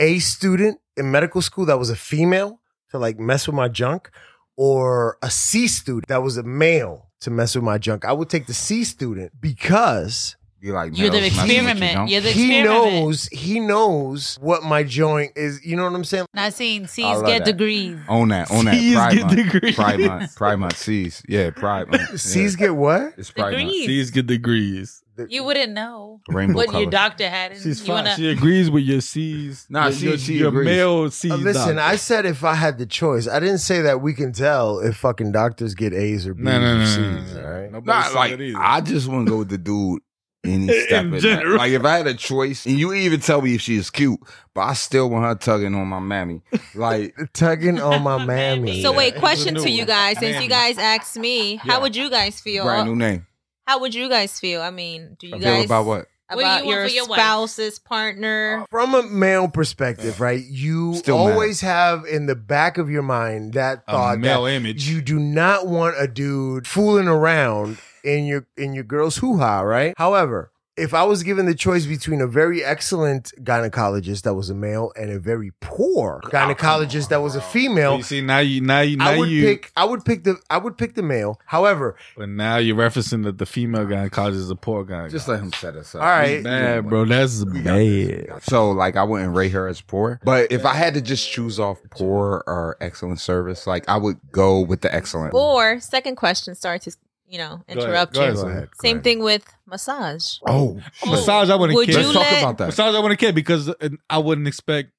Speaker 2: A student in medical school that was a female to like mess with my junk or a C student that was a male to mess with my junk, I would take the C student because
Speaker 4: you're like
Speaker 6: You're the
Speaker 4: Mel's messing with you,
Speaker 6: experiment.
Speaker 4: don't?
Speaker 6: You're the
Speaker 2: he
Speaker 6: experiment.
Speaker 2: knows he knows what my joint is, you know what I'm saying?
Speaker 6: Not seeing
Speaker 4: I
Speaker 6: C's
Speaker 4: love that.
Speaker 6: get degrees.
Speaker 4: Own that,
Speaker 5: [LAUGHS]
Speaker 4: own that.
Speaker 3: C's
Speaker 4: Pride
Speaker 3: get
Speaker 4: month.
Speaker 2: [LAUGHS]
Speaker 3: degrees.
Speaker 4: Pride month. Pride month. C's. Yeah, Pride month. Yeah.
Speaker 2: C's get what?
Speaker 4: It's Pride month.
Speaker 6: Degrees.
Speaker 3: These get degrees.
Speaker 6: You wouldn't know
Speaker 4: Rainbow
Speaker 6: what
Speaker 4: color.
Speaker 6: your doctor had. in-
Speaker 3: She's
Speaker 6: you
Speaker 3: fine.
Speaker 6: wanna-
Speaker 3: She agrees with your C's.
Speaker 4: Nah,
Speaker 3: your,
Speaker 4: she-
Speaker 3: your,
Speaker 4: she
Speaker 3: your
Speaker 4: agrees.
Speaker 3: male C's.
Speaker 2: Uh, listen,
Speaker 3: doctor.
Speaker 2: I said if I had the choice, I didn't say that we can tell if fucking doctors get A's or B's
Speaker 3: No, no,
Speaker 2: or
Speaker 3: no,
Speaker 2: C's.
Speaker 3: no, no, no.
Speaker 2: All right,
Speaker 3: Nobody
Speaker 4: Not
Speaker 3: said
Speaker 4: like
Speaker 3: that either.
Speaker 4: I just want to go with the dude any
Speaker 3: [LAUGHS] In
Speaker 4: step in that.
Speaker 3: general.
Speaker 4: Like if I had a choice, and you even tell me if she's cute, but I still want her tugging on my mammy.
Speaker 5: [LAUGHS]
Speaker 4: Like
Speaker 2: tugging on my mammy.
Speaker 5: So wait,
Speaker 3: Here's a
Speaker 5: question
Speaker 3: new
Speaker 5: to you
Speaker 3: one.
Speaker 5: guys, since
Speaker 3: Damn.
Speaker 5: you guys asked me,
Speaker 4: Yeah.
Speaker 5: how would you guys feel?
Speaker 4: brand new name.
Speaker 5: How would you guys feel? I mean, do you
Speaker 4: I feel
Speaker 5: guys
Speaker 4: about what?
Speaker 5: about
Speaker 6: What do you want
Speaker 5: your,
Speaker 6: for your wife?
Speaker 5: spouse's partner?
Speaker 2: from a male perspective, right? You
Speaker 4: Still
Speaker 2: always have in the back of your mind that
Speaker 3: a
Speaker 2: thought
Speaker 3: male
Speaker 2: that
Speaker 3: image.
Speaker 2: you do not want a dude fooling around in your in your girl's hoo ha, right? However, if I was given the choice between a very excellent gynecologist that was a male and a very poor gynecologist that was a female,
Speaker 3: you see now you now you now
Speaker 2: I would
Speaker 3: you
Speaker 2: pick I would pick the I would pick the male. However,
Speaker 3: but now you're referencing that the female guy in college is a poor guy.
Speaker 4: Just let him set us up.
Speaker 2: All right.
Speaker 4: We-
Speaker 3: bad, bro. That's bad.
Speaker 4: So like I wouldn't rate her as poor, but if I had to just choose off poor or excellent service, like I would go with the excellent.
Speaker 5: Or second question, sorry to you know interrupt
Speaker 3: go
Speaker 5: you.
Speaker 3: ahead, go
Speaker 4: ahead. Go
Speaker 5: Same
Speaker 4: ahead.
Speaker 5: thing with massage.
Speaker 4: Oh,
Speaker 3: Massage, I wouldn't
Speaker 5: Would
Speaker 3: care.
Speaker 5: you
Speaker 4: let's talk
Speaker 5: let-
Speaker 4: about that.
Speaker 3: Massage, I wouldn't care because uh, I wouldn't expect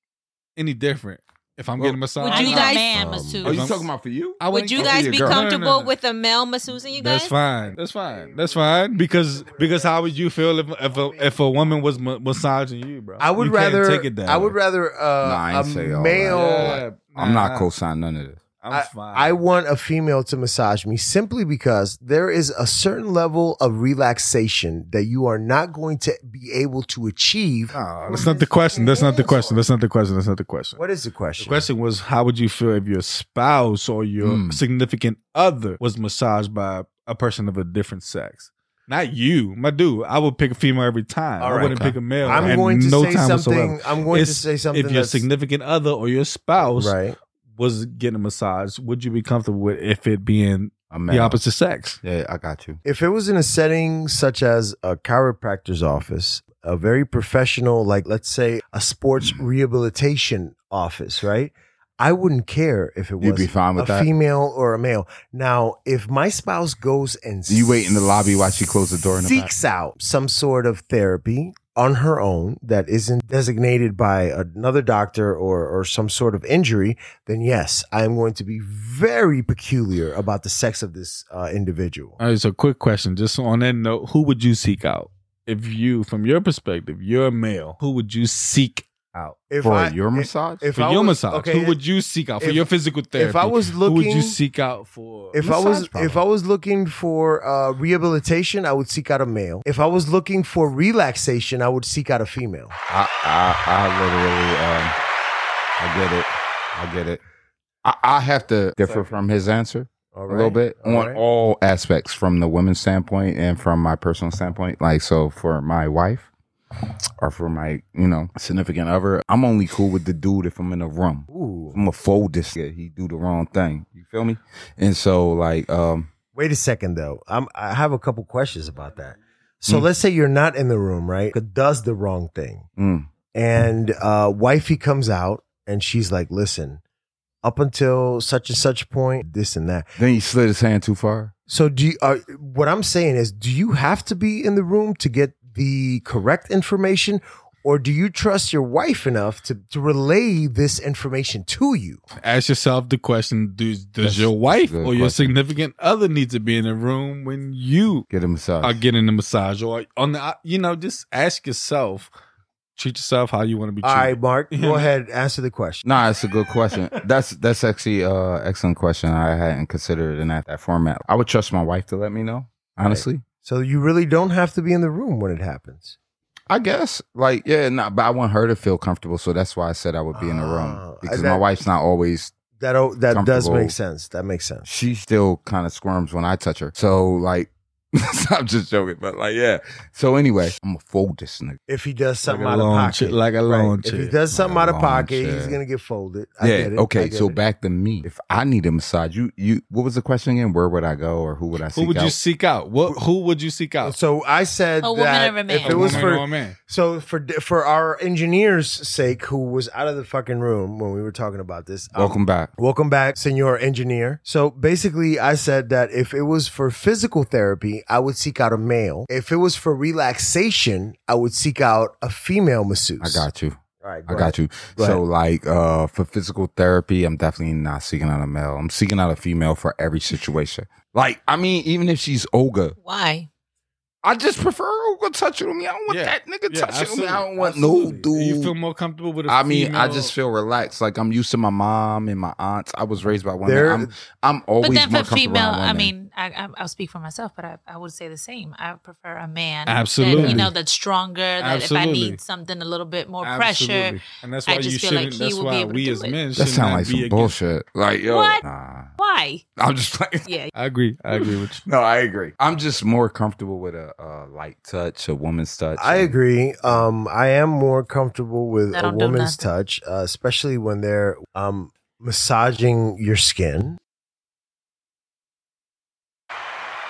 Speaker 3: any different if I'm
Speaker 4: Well,
Speaker 3: getting a massage.
Speaker 5: Would
Speaker 6: I
Speaker 5: you
Speaker 6: need
Speaker 5: guys-
Speaker 6: a man,
Speaker 4: Are
Speaker 6: masseuse.
Speaker 4: Oh, you talking about for you?
Speaker 3: I
Speaker 5: Would
Speaker 3: wouldn't-
Speaker 5: you
Speaker 4: Oh,
Speaker 5: guys
Speaker 4: your
Speaker 5: be
Speaker 4: girl. No, no,
Speaker 3: no,
Speaker 5: comfortable
Speaker 3: no.
Speaker 5: with a male masseusing you guys?
Speaker 3: That's fine. That's fine. That's fine. Because because how would you feel if if a, if a woman was ma- massaging you, bro?
Speaker 2: I would
Speaker 3: You can't
Speaker 2: rather
Speaker 3: take it that
Speaker 2: I would uh,
Speaker 3: way.
Speaker 2: rather
Speaker 4: Nah, I
Speaker 2: uh,
Speaker 4: ain't
Speaker 2: a
Speaker 4: say all that.
Speaker 2: male
Speaker 3: Yeah,
Speaker 4: I'm
Speaker 3: nah,
Speaker 4: not co-sign none of this.
Speaker 3: I'm fine.
Speaker 2: I want a female to massage me simply because there is a certain level of relaxation that you are not going to be able to achieve.
Speaker 3: Nah, that's not the question. That's not the question. That's not the question. That's not the question.
Speaker 2: What is the
Speaker 3: The
Speaker 2: question?
Speaker 3: question was, how would you feel if your spouse or your
Speaker 2: Hmm.
Speaker 4: Mm.
Speaker 3: significant other was massaged by a person of a different sex? Not you, my dude. I would pick a female every time.
Speaker 2: All
Speaker 3: I
Speaker 2: right.
Speaker 3: wouldn't pick a male.
Speaker 2: I'm
Speaker 3: at
Speaker 2: going to
Speaker 3: no
Speaker 2: say
Speaker 3: time
Speaker 2: something.
Speaker 3: Whatsoever.
Speaker 2: I'm going to
Speaker 3: It's-
Speaker 2: say something.
Speaker 3: If your
Speaker 2: that's-
Speaker 3: significant other or your spouse
Speaker 2: right?
Speaker 3: was getting a massage, would you be comfortable with if it being
Speaker 4: I'm
Speaker 3: the opposite sex?
Speaker 4: Yeah, I got you.
Speaker 2: If it was in a setting such as a chiropractor's office, a very professional, like let's say a sports
Speaker 3: Mm.
Speaker 2: rehabilitation office, right? I wouldn't care if it was
Speaker 4: You'd be fine with
Speaker 2: a
Speaker 4: that.
Speaker 2: female or a male. Now, if my spouse goes and
Speaker 4: You wait in the lobby while she close the door in the back.
Speaker 2: seeks out some sort of therapy on her own that isn't designated by another doctor or or some sort of injury, then yes, I am going to be very peculiar about the sex of this uh, individual.
Speaker 3: All right, so quick question. Just on that note, who would you seek out? If you, from your perspective, you're a male, who would you seek out?
Speaker 2: If
Speaker 4: for
Speaker 2: I-
Speaker 4: your
Speaker 2: if-
Speaker 4: massage.
Speaker 2: if
Speaker 3: for
Speaker 2: I
Speaker 3: your
Speaker 2: was-
Speaker 3: massage,
Speaker 2: okay,
Speaker 3: who would you seek out for
Speaker 2: if-
Speaker 3: your physical therapy?
Speaker 2: if I was
Speaker 3: who would
Speaker 2: looking-
Speaker 3: you seek out for?
Speaker 2: If I was
Speaker 4: Massage parlor.
Speaker 2: if I was looking for uh, rehabilitation, I would seek out a male. If I was looking for relaxation, I would seek out a female.
Speaker 4: I, I, I literally, um, I get it. I get it. I, I have to differ from his answer
Speaker 2: All
Speaker 4: a little bit
Speaker 2: All
Speaker 4: on
Speaker 2: right.
Speaker 4: all aspects from the women's standpoint and from my personal standpoint. Like, so for my wife or for my, you know, significant other, I'm only cool with the dude if I'm in a room.
Speaker 2: Ooh.
Speaker 4: I'm gonna fold this shit. He do the wrong thing. You feel me? And so, like, um,
Speaker 2: Wait a second though. I'm I have a couple questions about that. So let's say you're not in the room, right? Does the wrong thing.
Speaker 4: mm,
Speaker 2: and uh, wifey comes out and she's like, "Listen, up until such and such point, this and that."
Speaker 4: then he slid his hand too far.
Speaker 2: So, do you, uh, what I'm saying is, do you have to be in the room to get the correct information, or do you trust your wife enough to, to relay this information to you?
Speaker 3: Ask yourself the question: Do does your wife
Speaker 4: a good
Speaker 3: or your
Speaker 4: question.
Speaker 3: significant other need to be in the room when you
Speaker 4: Get a massage.
Speaker 3: are getting a massage, or on the uh, you know just ask yourself, treat yourself how you want to be
Speaker 2: All
Speaker 3: treated.
Speaker 2: right, Mark, go ahead, answer the question.
Speaker 4: Nah, that's a good question. That's that's actually uh excellent question. I hadn't considered it in that, that format. I would trust my wife to let me know. Honestly,
Speaker 2: So you really don't have to be in the room when it happens.
Speaker 4: I guess like yeah, nah, but I want her to feel comfortable, so that's why I said I would be in the
Speaker 2: Ah,
Speaker 4: room because
Speaker 2: that-
Speaker 4: my wife's not always.
Speaker 2: That o- that does
Speaker 4: Comfortable.
Speaker 2: make sense. That makes sense.
Speaker 4: She still kind of squirms when I touch her. So like, [LAUGHS] I'm just joking, but like yeah. So anyway, I'm gonna fold this nigga.
Speaker 2: If he does something
Speaker 3: Like
Speaker 2: out
Speaker 3: a
Speaker 2: of
Speaker 3: lawn
Speaker 2: pocket,
Speaker 3: chair- like a lawn
Speaker 2: If he
Speaker 3: chair.
Speaker 2: does something
Speaker 4: Like
Speaker 2: out
Speaker 4: a
Speaker 2: of
Speaker 4: lawn
Speaker 2: pocket, he's
Speaker 4: chair.
Speaker 2: gonna get folded. I
Speaker 4: Yeah.
Speaker 2: get it. I
Speaker 4: Okay.
Speaker 2: get
Speaker 4: So
Speaker 2: it.
Speaker 4: back to me. If I need a massage, you you what was the question again? Where would I go or who would I
Speaker 3: Who
Speaker 4: seek
Speaker 3: would you
Speaker 4: out?
Speaker 3: seek out? What who would you seek out?
Speaker 2: So I said
Speaker 6: A woman
Speaker 2: that
Speaker 6: or a man?
Speaker 2: if
Speaker 6: A
Speaker 2: it was
Speaker 3: woman
Speaker 2: for
Speaker 3: or a man?
Speaker 2: So for for our engineer's sake, who was out of the fucking room when we were talking about this, um,
Speaker 4: Welcome back.
Speaker 2: welcome back, Senor Engineer. So basically, I said that if it was for physical therapy, I would seek out a male. If it was for relaxation, I would seek out a female masseuse.
Speaker 4: I got you.
Speaker 2: All right, go
Speaker 4: I got
Speaker 2: ahead.
Speaker 4: you.
Speaker 2: Go
Speaker 4: so
Speaker 2: ahead.
Speaker 4: like uh for physical therapy, I'm definitely not seeking out a male. I'm seeking out a female for every situation. Like, I mean, even if she's Olga,
Speaker 5: Why?
Speaker 4: I just prefer Olga touching on me. I don't want
Speaker 3: Yeah.
Speaker 4: that nigga
Speaker 3: Yeah,
Speaker 4: touching on me. I
Speaker 3: absolutely.
Speaker 4: don't want
Speaker 3: Absolutely.
Speaker 4: no dude.
Speaker 3: You feel more comfortable with a
Speaker 4: I mean, I
Speaker 3: female-
Speaker 4: just feel relaxed. Like I'm used to my mom and my aunts. I was raised by women.
Speaker 2: There-
Speaker 4: I'm I'm always
Speaker 6: But then
Speaker 4: more
Speaker 6: for
Speaker 4: comfortable
Speaker 6: female,
Speaker 4: around
Speaker 6: I
Speaker 4: women.
Speaker 6: mean, I, I, I'll speak for myself, but I, I would say the same. I prefer a man. That,
Speaker 3: Absolutely.
Speaker 6: you know, that's stronger. That if I
Speaker 3: Absolutely.
Speaker 6: need something a little bit more pressure.
Speaker 3: Absolutely. and that's why
Speaker 6: I just
Speaker 3: you
Speaker 6: feel like
Speaker 3: shouldn't. that's
Speaker 6: he will be
Speaker 3: why
Speaker 6: able to
Speaker 3: we
Speaker 6: do
Speaker 3: as
Speaker 6: it.
Speaker 3: men
Speaker 4: that
Speaker 3: should
Speaker 4: sounds
Speaker 3: not
Speaker 4: like
Speaker 3: be
Speaker 4: some
Speaker 3: against-
Speaker 4: bullshit. Like yo,
Speaker 6: What?
Speaker 4: nah.
Speaker 6: Why?
Speaker 4: I'm just playing.
Speaker 6: Yeah.
Speaker 3: I agree. I agree with you.
Speaker 4: No, I agree. I'm just more comfortable with a, a light touch, a woman's touch.
Speaker 2: I
Speaker 4: and-
Speaker 2: agree. Um, I am more comfortable with
Speaker 6: That
Speaker 2: a
Speaker 6: don't do
Speaker 2: woman's
Speaker 6: nothing.
Speaker 2: touch, uh, especially when they're um massaging your skin.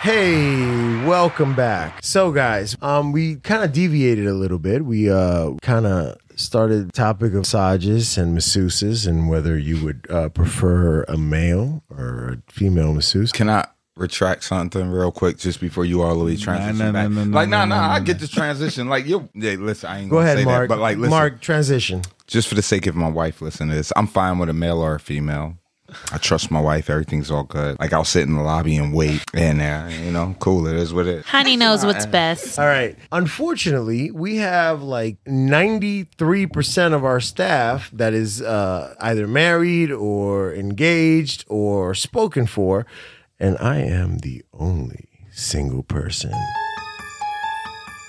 Speaker 2: Hey, welcome back. So, guys, um, we kind of deviated a little bit. We uh, kind of started the topic of massages and masseuses and whether you would uh, prefer a male or a female masseuse.
Speaker 4: Can I retract something real quick just before you all the way transition
Speaker 3: nah,
Speaker 4: back?
Speaker 3: nah, nah,
Speaker 4: like,
Speaker 3: nah,
Speaker 4: nah, nah,
Speaker 3: nah,
Speaker 4: I
Speaker 3: nah.
Speaker 4: get the transition. Like, you, yeah, listen, I ain't
Speaker 2: Go
Speaker 4: gonna
Speaker 2: ahead,
Speaker 4: say
Speaker 2: Mark.
Speaker 4: that, but like, listen,
Speaker 2: Mark, transition.
Speaker 4: just for the sake of my wife, listen to this. I'm fine with a male or a female. I trust my wife. Everything's all good. Like, I'll sit in the lobby and wait, and uh, you know, cool. It is what it. is.
Speaker 6: Honey knows what's best.
Speaker 2: All right. Unfortunately, we have like 93% of our staff that is uh, either married or engaged or spoken for. And I am the only single person.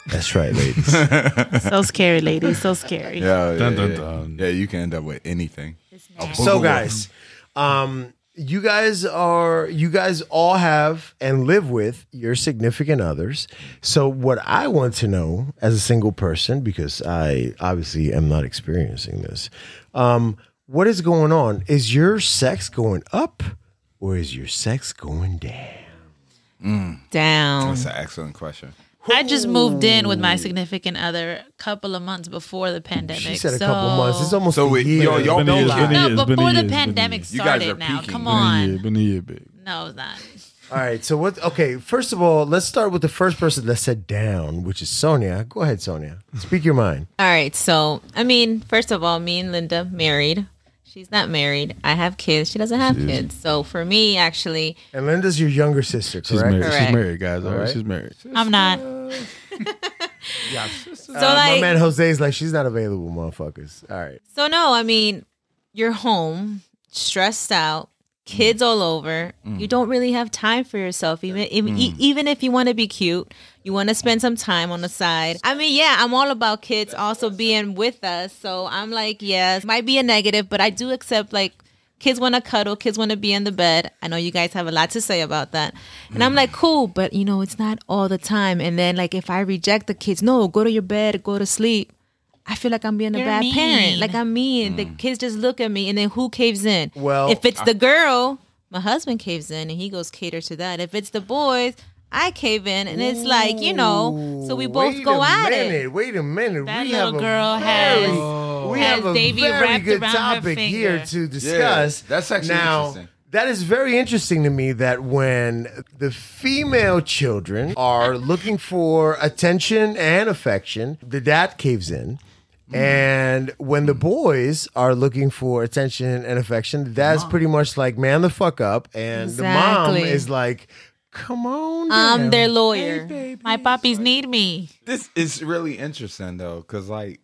Speaker 2: That's right, ladies.
Speaker 6: So scary, lady. So scary.
Speaker 4: Yeah, yeah,
Speaker 3: Dun, dun,
Speaker 4: yeah.
Speaker 3: dun.
Speaker 4: Yeah, you can end up with anything. Oh,
Speaker 2: so, guys, um, you guys are, you guys all have and live with your significant others. So, what I want to know as a single person, because I obviously am not experiencing this, um, what is going on? Is your sex going up or is your sex going down?
Speaker 5: Down.
Speaker 4: That's an excellent question.
Speaker 6: I just moved in with my significant other a couple of months before the pandemic.
Speaker 2: She said a
Speaker 6: so-
Speaker 2: couple months. It's almost
Speaker 4: So
Speaker 2: a
Speaker 4: it-
Speaker 2: year.
Speaker 4: y'all- y'all
Speaker 3: Been a
Speaker 4: know
Speaker 3: year,
Speaker 4: lie.
Speaker 3: been a
Speaker 6: no,
Speaker 3: year, it's been a
Speaker 6: before
Speaker 3: year,
Speaker 6: the
Speaker 3: it's been a
Speaker 6: pandemic
Speaker 4: You guys are
Speaker 6: started. Now,
Speaker 4: peaking.
Speaker 6: come
Speaker 4: Been
Speaker 3: year. Been a year,
Speaker 6: on.
Speaker 3: been a year, big.
Speaker 6: No, it's not.
Speaker 2: all right. So, what, okay, first of all, let's start with the first person that said down, which is Sonia. Go ahead, Sonia. Speak your mind.
Speaker 5: All right. So, I mean, first of all, me and Linda married. She's not married. I have kids. She doesn't have kids. So, for me, actually,
Speaker 2: And Linda's your younger sister, correct?
Speaker 3: She's married.
Speaker 5: Correct.
Speaker 3: She's married, guys. All right,
Speaker 2: Alright.
Speaker 3: she's married.
Speaker 5: [LAUGHS]
Speaker 6: I'm not.
Speaker 5: so
Speaker 2: Uh,
Speaker 5: like,
Speaker 2: my man Jose's like, she's not available, motherfuckers. All right.
Speaker 5: so no, I mean, you're home, stressed out, kids all over. You don't really have time for yourself, even if, e- even if you want to be cute. You want to spend some time on the side. I mean, yeah, I'm all about kids also being with us. So I'm like, yes, might be a negative, but I do accept like kids want to cuddle, kids want to be in the bed. I know you guys have a lot to say about that. And I'm like, cool, but you know, it's not all the time. And then like if I reject the kids, no, go to your bed, go to sleep. I feel like I'm being a
Speaker 6: You're
Speaker 5: bad parent.
Speaker 6: mean.
Speaker 5: Like I'm mean. The kids just look at me and then who caves in?
Speaker 2: Well,
Speaker 5: if it's the girl, my husband caves in and he goes cater to that. If it's the boys, I cave in and it's like, you know, so we both
Speaker 2: Wait
Speaker 5: go
Speaker 2: a
Speaker 5: at
Speaker 2: minute,
Speaker 5: it.
Speaker 2: Wait a minute.
Speaker 6: That
Speaker 2: we
Speaker 6: little
Speaker 2: have a
Speaker 6: girl
Speaker 2: very,
Speaker 6: has-
Speaker 2: we
Speaker 6: has
Speaker 2: have a
Speaker 6: Davy
Speaker 2: very
Speaker 6: wrapped
Speaker 2: good
Speaker 6: around her
Speaker 2: topic here
Speaker 6: finger.
Speaker 2: to discuss.
Speaker 4: that's actually
Speaker 2: now,
Speaker 4: interesting.
Speaker 2: That is very interesting to me that when the female children are looking for attention and affection, the dad caves in. And when the boys are looking for attention and affection, that's pretty much like man the fuck up, and the
Speaker 4: Exactly.
Speaker 2: mom is like, "Come on,
Speaker 6: Um,
Speaker 4: I'm
Speaker 2: down."
Speaker 4: their lawyer.
Speaker 5: My poppies need me.
Speaker 7: This is really interesting though, because like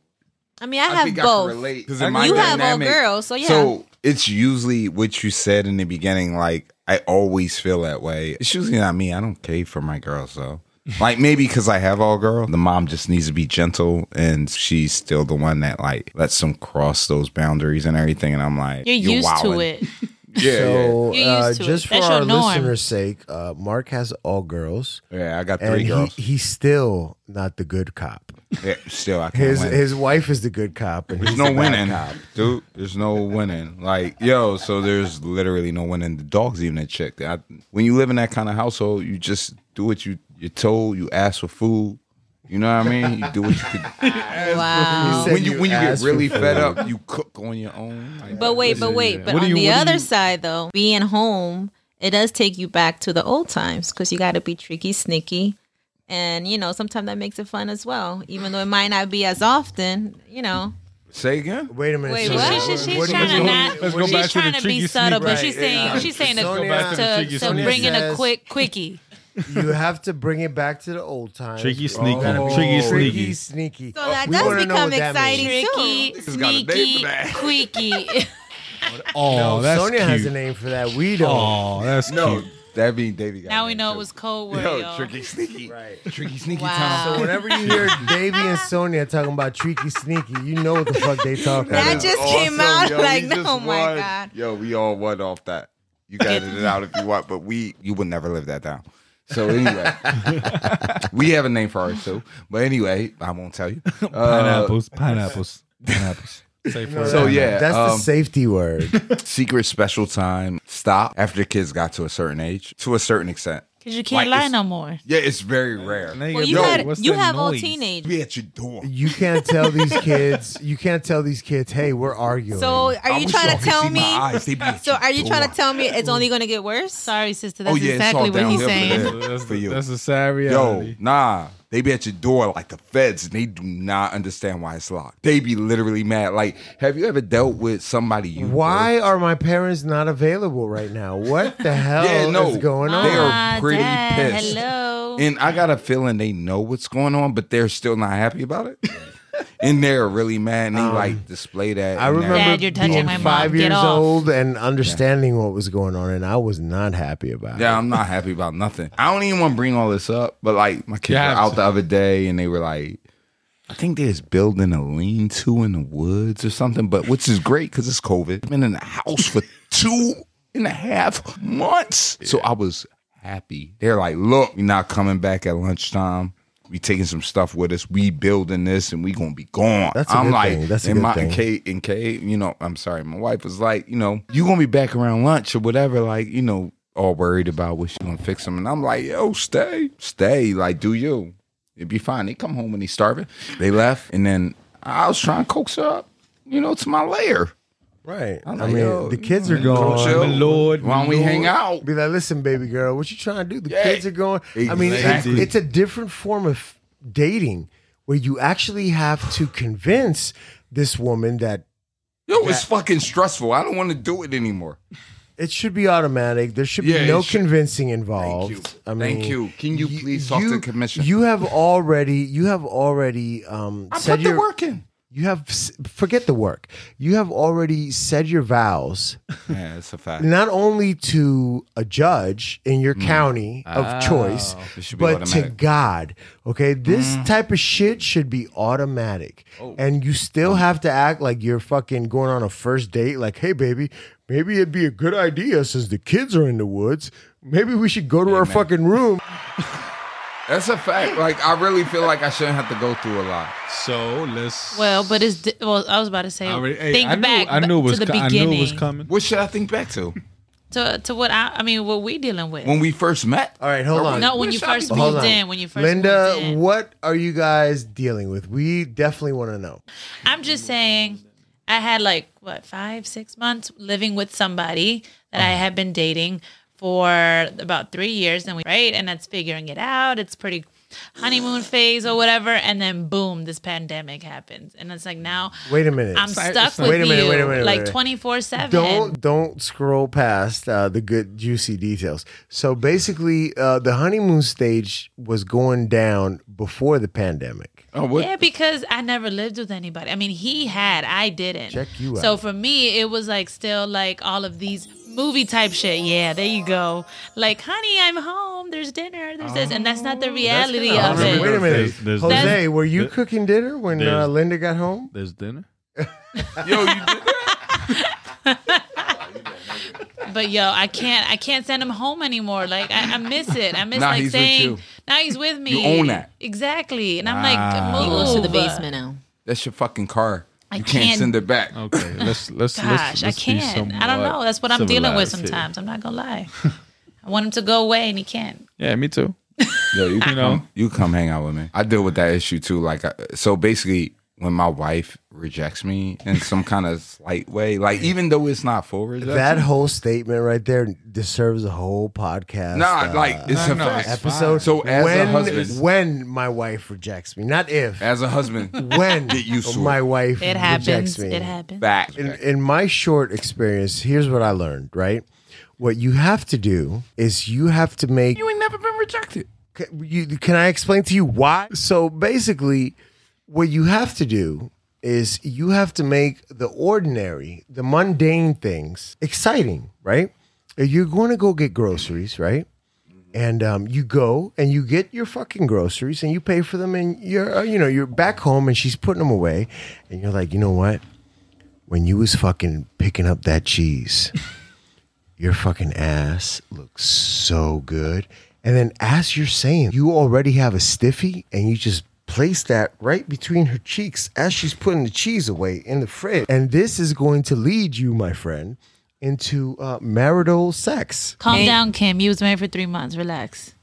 Speaker 4: I mean, I have both.
Speaker 7: Because in my
Speaker 4: you have all
Speaker 7: dynamic,
Speaker 4: girls, so yeah.
Speaker 7: So it's usually what you said in the beginning. Like I always feel that way. It's usually not me. I don't care for my girls
Speaker 5: [LAUGHS]
Speaker 7: though. Like maybe because I have all girl, the mom just needs to be gentle, and she's still the one that like lets them cross those boundaries and everything. And I'm like,
Speaker 5: You're, used to
Speaker 7: wildin'.
Speaker 5: it.
Speaker 7: Yeah,
Speaker 2: So,
Speaker 5: yeah. You're
Speaker 2: uh,
Speaker 5: used to it.
Speaker 2: just for
Speaker 5: That's
Speaker 2: our
Speaker 5: your norm.
Speaker 2: listeners' sake, uh, Mark has all girls,
Speaker 7: yeah, yeah. I got
Speaker 2: and
Speaker 7: three
Speaker 2: he,
Speaker 7: girls.
Speaker 2: he's still not the good cop.
Speaker 7: yeah, still, I can't
Speaker 2: His
Speaker 7: win.
Speaker 2: his wife is the good cop, and
Speaker 7: There's
Speaker 2: he's
Speaker 7: no
Speaker 2: the bad
Speaker 7: winning,
Speaker 2: cop.
Speaker 7: dude. There's no winning. Like, yo, so there's literally no winning. The dog's even a chick. I, when you live in that kind of household, you just do what you you're told. You ask for food. You know what I mean? You do what you
Speaker 4: [LAUGHS]
Speaker 7: could.
Speaker 4: wow.
Speaker 2: Said
Speaker 7: when you
Speaker 2: you
Speaker 7: when you get
Speaker 2: ask for
Speaker 7: really fed
Speaker 2: food.
Speaker 7: up, you cook on your own. Like,
Speaker 4: But wait, but
Speaker 3: Yeah.
Speaker 4: wait. But
Speaker 3: What do
Speaker 4: on
Speaker 3: you-
Speaker 4: the
Speaker 3: what do
Speaker 4: other
Speaker 3: you-
Speaker 4: side, though, being home, it does take you back to the old times because you got to be tricky, sneaky. And, you know, sometimes that makes it fun as well. Even though it might not be as often, you know.
Speaker 7: say again.
Speaker 2: Wait a minute.
Speaker 4: Wait,
Speaker 2: so
Speaker 4: what?
Speaker 5: She- she- she's
Speaker 2: what do you
Speaker 5: trying to
Speaker 2: mean?
Speaker 5: not.
Speaker 3: Let's go
Speaker 5: she's
Speaker 3: back to the
Speaker 5: trying to, be
Speaker 3: tricky
Speaker 5: subtle,
Speaker 3: sneak.
Speaker 5: but she's
Speaker 2: Right,
Speaker 5: saying
Speaker 2: yeah.
Speaker 5: she's saying
Speaker 2: Sonia-
Speaker 5: to,
Speaker 3: Sonia
Speaker 5: to, to
Speaker 3: says-
Speaker 5: bring in a
Speaker 2: says-
Speaker 5: quick quickie.
Speaker 2: you have to bring it back to the old times.
Speaker 3: Tricky
Speaker 2: bro. You
Speaker 3: sneaky.
Speaker 2: gotta be
Speaker 3: Tricky
Speaker 2: tricky
Speaker 3: sneaky.
Speaker 2: sneaky.
Speaker 4: So that
Speaker 2: we
Speaker 4: does
Speaker 2: wanna know
Speaker 4: become
Speaker 2: what that means.
Speaker 4: exciting.
Speaker 5: Tricky,
Speaker 4: Too.
Speaker 7: got a name for
Speaker 5: sneaky,
Speaker 7: that.
Speaker 5: quickie.
Speaker 3: Oh,
Speaker 2: No,
Speaker 3: that's
Speaker 2: Sonia
Speaker 3: cute.
Speaker 2: has a name for that. We don't.
Speaker 3: Oh, that's
Speaker 7: No,
Speaker 3: cute.
Speaker 7: that means Davy. Got
Speaker 5: now we
Speaker 7: it,
Speaker 5: know
Speaker 7: too.
Speaker 5: it was cold word,
Speaker 7: Yo,
Speaker 5: y'all.
Speaker 7: tricky
Speaker 4: [LAUGHS]
Speaker 7: sneaky,
Speaker 2: Right.
Speaker 7: tricky sneaky
Speaker 4: Wow.
Speaker 7: time.
Speaker 2: So whenever you hear Davy and Sonia talking about tricky sneaky, you know what the fuck they talking
Speaker 4: That
Speaker 2: about.
Speaker 4: just- came out
Speaker 7: we
Speaker 4: like,
Speaker 7: just
Speaker 4: oh my
Speaker 7: won.
Speaker 4: God.
Speaker 7: Yo, we all won off that. You got it out if you want, but we you would never live that down. So anyway,
Speaker 3: [LAUGHS]
Speaker 7: we have a name for ours too. But anyway, I won't tell you. Uh,
Speaker 3: Pineapples, pineapples, pineapples. Safe
Speaker 2: No,
Speaker 3: word.
Speaker 7: So,
Speaker 2: that-
Speaker 7: yeah,
Speaker 2: that's the
Speaker 7: um,
Speaker 2: safety word.
Speaker 7: secret special time stop after kids got to a certain age, to a certain extent.
Speaker 5: Because you can't
Speaker 7: Like,
Speaker 5: lie
Speaker 7: it's-
Speaker 5: no more.
Speaker 7: Yeah, it's very rare.
Speaker 3: Now
Speaker 4: Well, you,
Speaker 3: gotta-
Speaker 7: had-
Speaker 4: had,
Speaker 3: Yo, what's
Speaker 4: you
Speaker 3: that
Speaker 4: have all
Speaker 3: noise?
Speaker 4: teenagers.
Speaker 7: Be at your door.
Speaker 2: You can't tell
Speaker 5: [LAUGHS]
Speaker 2: these kids. You can't tell these kids. Hey, we're arguing.
Speaker 4: So are
Speaker 7: I
Speaker 4: you
Speaker 7: wish
Speaker 4: trying
Speaker 7: y'all
Speaker 4: to
Speaker 7: could
Speaker 4: tell
Speaker 7: see my
Speaker 4: me?
Speaker 7: eyes. They be at
Speaker 4: So
Speaker 7: your
Speaker 4: are you trying to
Speaker 7: door.
Speaker 4: tell me it's only going to get worse?
Speaker 5: Sorry, sister.
Speaker 7: Oh
Speaker 5: That's
Speaker 7: yeah,
Speaker 5: exactly
Speaker 7: it's all
Speaker 5: what he's
Speaker 7: downhill from
Speaker 5: saying.
Speaker 7: there
Speaker 3: That's,
Speaker 7: for you.
Speaker 3: that's a sad reality.
Speaker 7: Yo, nah. They be at your door like the feds, and they do not understand why it's locked. They be literally mad. Like, have you ever dealt with somebody you
Speaker 2: why are my parents not available right now? What
Speaker 5: [LAUGHS]
Speaker 2: the hell
Speaker 7: Yeah, no.
Speaker 2: is going on?
Speaker 7: They are
Speaker 5: Ah,
Speaker 7: pretty
Speaker 5: Dad,
Speaker 7: pissed.
Speaker 5: Hello.
Speaker 7: with? And I got a feeling they know what's going on, but they're still not happy about it. [LAUGHS] and they're really mad, and they like display that.
Speaker 2: I
Speaker 7: and
Speaker 2: remember
Speaker 7: everything.
Speaker 5: Dad, you're touching
Speaker 2: being
Speaker 5: my mom.
Speaker 2: five
Speaker 5: Get
Speaker 2: years
Speaker 5: off.
Speaker 2: old and understanding what was going on, and I was not happy about
Speaker 7: Yeah,
Speaker 2: it.
Speaker 7: I'm not happy about nothing. I don't even want to bring all this up, but like my kids
Speaker 3: Yeah,
Speaker 7: were out the other day and they were like, I think they're building a lean to in the woods or something, but which is great because it's COVID. I've been in the house for two and a half months. So I was happy. They're like, look, we're not coming back at lunchtime. We taking some stuff with us. We building this, and we gonna be gone.
Speaker 2: That's a
Speaker 7: I'm
Speaker 2: good
Speaker 7: like,
Speaker 2: thing. That's a
Speaker 7: and
Speaker 2: good
Speaker 7: my
Speaker 2: thing.
Speaker 7: and Kate and Kate, you know, I'm sorry, my wife was like, you know, you gonna be back around lunch or whatever, like, you know, all worried about what she gonna fix them. And I'm like, yo, stay, stay, like, do you? It'd be fine. They come home when they starving. They left, and then I was trying to coax her up, you know, to my lair.
Speaker 2: Right. i
Speaker 7: I'm like,
Speaker 2: mean,
Speaker 7: yo,
Speaker 2: the kids
Speaker 7: you
Speaker 2: are
Speaker 7: know,
Speaker 2: gone.
Speaker 7: chill.
Speaker 3: My lord,
Speaker 7: Why don't
Speaker 3: my
Speaker 7: we
Speaker 3: lord.
Speaker 7: hang out?
Speaker 2: Be like, listen, baby girl, what you trying to do? The
Speaker 7: Yeah.
Speaker 2: kids are going. I mean, it's,
Speaker 7: Exactly.
Speaker 2: it's a different form of dating where you actually have to convince this woman that
Speaker 7: Yo, it's fucking stressful. I don't want to do it anymore.
Speaker 2: it should be automatic. There should
Speaker 7: Yeah,
Speaker 2: be no
Speaker 7: it should-
Speaker 2: convincing involved. I mean,
Speaker 7: Thank you. Can you please talk to the commission?
Speaker 2: You
Speaker 7: [LAUGHS]
Speaker 2: have already. You have already. Um,
Speaker 7: I
Speaker 2: said
Speaker 7: put the
Speaker 2: your,
Speaker 7: work in.
Speaker 2: You have s- forget the work. You have already said your vows,
Speaker 7: Yeah, that's a fact.
Speaker 2: not only to a judge in your county of choice,
Speaker 7: It should be
Speaker 2: but to
Speaker 7: automatic.
Speaker 2: God. Okay, this type of shit should be automatic, and you still have to act like you're fucking going on a first date. Like, hey, baby, maybe it'd be a good idea since the kids are in the woods. Maybe we should go to our fucking room.
Speaker 7: That's a fact. Like, I really feel like I shouldn't have to go through a lot.
Speaker 3: So let's.
Speaker 5: Well, but it's di- well. I was about to say.
Speaker 3: I already- hey,
Speaker 5: think
Speaker 3: I knew,
Speaker 5: back
Speaker 3: I knew it was
Speaker 5: to the
Speaker 3: co- I knew
Speaker 5: beginning.
Speaker 3: it was coming.
Speaker 7: What should I think back to?
Speaker 5: to to what I, I mean, what we dealing with.
Speaker 7: When we first met?
Speaker 2: All right, hold on.
Speaker 5: no, when
Speaker 7: What
Speaker 5: you
Speaker 7: should I
Speaker 5: first
Speaker 7: be-
Speaker 2: Hold
Speaker 5: moved
Speaker 2: on.
Speaker 5: in, when you first
Speaker 2: Linda,
Speaker 5: moved in.
Speaker 2: what are you guys dealing with? We definitely want to know.
Speaker 5: I'm just saying, I had like what five, six months living with somebody that
Speaker 2: Uh-huh.
Speaker 5: I had been dating for about three years, and we right, and that's figuring it out. It's pretty
Speaker 6: honeymoon phase or whatever, and then boom, this pandemic happens, and it's like now
Speaker 2: Wait a minute.
Speaker 6: I'm
Speaker 3: Sorry,
Speaker 6: stuck
Speaker 3: it's not-
Speaker 6: with
Speaker 2: Wait a minute,
Speaker 6: you
Speaker 2: wait a minute, wait a
Speaker 6: like
Speaker 2: minute.
Speaker 6: twenty four seven.
Speaker 2: don't don't scroll past uh, the good juicy details. So basically, uh, the honeymoon stage was going down before the pandemic.
Speaker 4: Oh, what?
Speaker 6: Yeah, because I never lived with anybody. I mean, he had, I didn't.
Speaker 2: Check you
Speaker 6: So
Speaker 2: out.
Speaker 6: for me, it was like still like all of these movie type shit. Yeah, there you go. Like, honey, I'm home. There's dinner. There's this, and that's not the reality
Speaker 4: kinda
Speaker 6: of
Speaker 4: awesome.
Speaker 6: it.
Speaker 2: Wait a minute,
Speaker 3: There's- there's-
Speaker 2: Jose,
Speaker 6: That's-
Speaker 2: were you
Speaker 3: there-
Speaker 2: cooking dinner when uh,
Speaker 3: there's-
Speaker 2: Linda got home?
Speaker 3: There's dinner.
Speaker 4: Yo, you did
Speaker 6: But yo, I can't. I can't send him home anymore. Like, I, I miss it. I miss
Speaker 4: Now
Speaker 6: like
Speaker 4: he's with
Speaker 6: saying
Speaker 4: you.
Speaker 6: now he's with me.
Speaker 4: You own that.
Speaker 6: exactly. And I'm like,
Speaker 3: Wow.
Speaker 6: move
Speaker 5: He goes to the basement now.
Speaker 4: That's your fucking car.
Speaker 6: I
Speaker 4: you can't,
Speaker 6: can't-
Speaker 4: send it
Speaker 2: Oh,
Speaker 4: back.
Speaker 3: Okay, let's let's
Speaker 6: Gosh,
Speaker 3: let's,
Speaker 6: I
Speaker 3: let's be
Speaker 6: can't. I don't
Speaker 3: somewhat
Speaker 6: know. That's what I'm dealing with
Speaker 3: civilized here.
Speaker 6: sometimes. I'm not gonna lie. [LAUGHS] I want him to go away, and he can't.
Speaker 3: Yeah, me too.
Speaker 4: Yo, you,
Speaker 3: You know.
Speaker 4: know, you come hang out with me. I deal with that issue too. Like, I, so basically, when my wife rejects me in some kind of slight way, like even though it's not full rejection,
Speaker 2: That whole statement right there deserves a whole podcast.
Speaker 4: nah,
Speaker 2: uh,
Speaker 4: like it's
Speaker 3: No,
Speaker 4: a
Speaker 3: no,
Speaker 4: fact.
Speaker 3: it's
Speaker 2: episode.
Speaker 4: So as a
Speaker 2: when,
Speaker 4: husband-
Speaker 2: when my wife rejects me, not if,
Speaker 4: As a
Speaker 6: [LAUGHS]
Speaker 4: husband,
Speaker 2: when
Speaker 4: Get used to
Speaker 2: my wife
Speaker 6: It
Speaker 2: rejects
Speaker 6: happens.
Speaker 2: me.
Speaker 6: It happens.
Speaker 4: back.
Speaker 2: in, in my short experience, here's what I learned, right? What you have to do is you have to make.
Speaker 4: you ain't never been rejected.
Speaker 2: Ca- you, can I explain to you why? So basically, what you have to do is you have to make the ordinary, the mundane things exciting, right? If You're going to go get groceries, right? And um, you go and you get your fucking groceries and you pay for them and you're uh, you know you're back home and she's putting them away and you're like you know what when you was fucking picking up that cheese your fucking ass looks so good. And then as you're saying, you already have a stiffy and you just place that right between her cheeks as she's putting the cheese away in the fridge. And this is going to lead you, my friend, into uh, marital sex.
Speaker 6: Calm down, Kim. You was married for three months. Relax.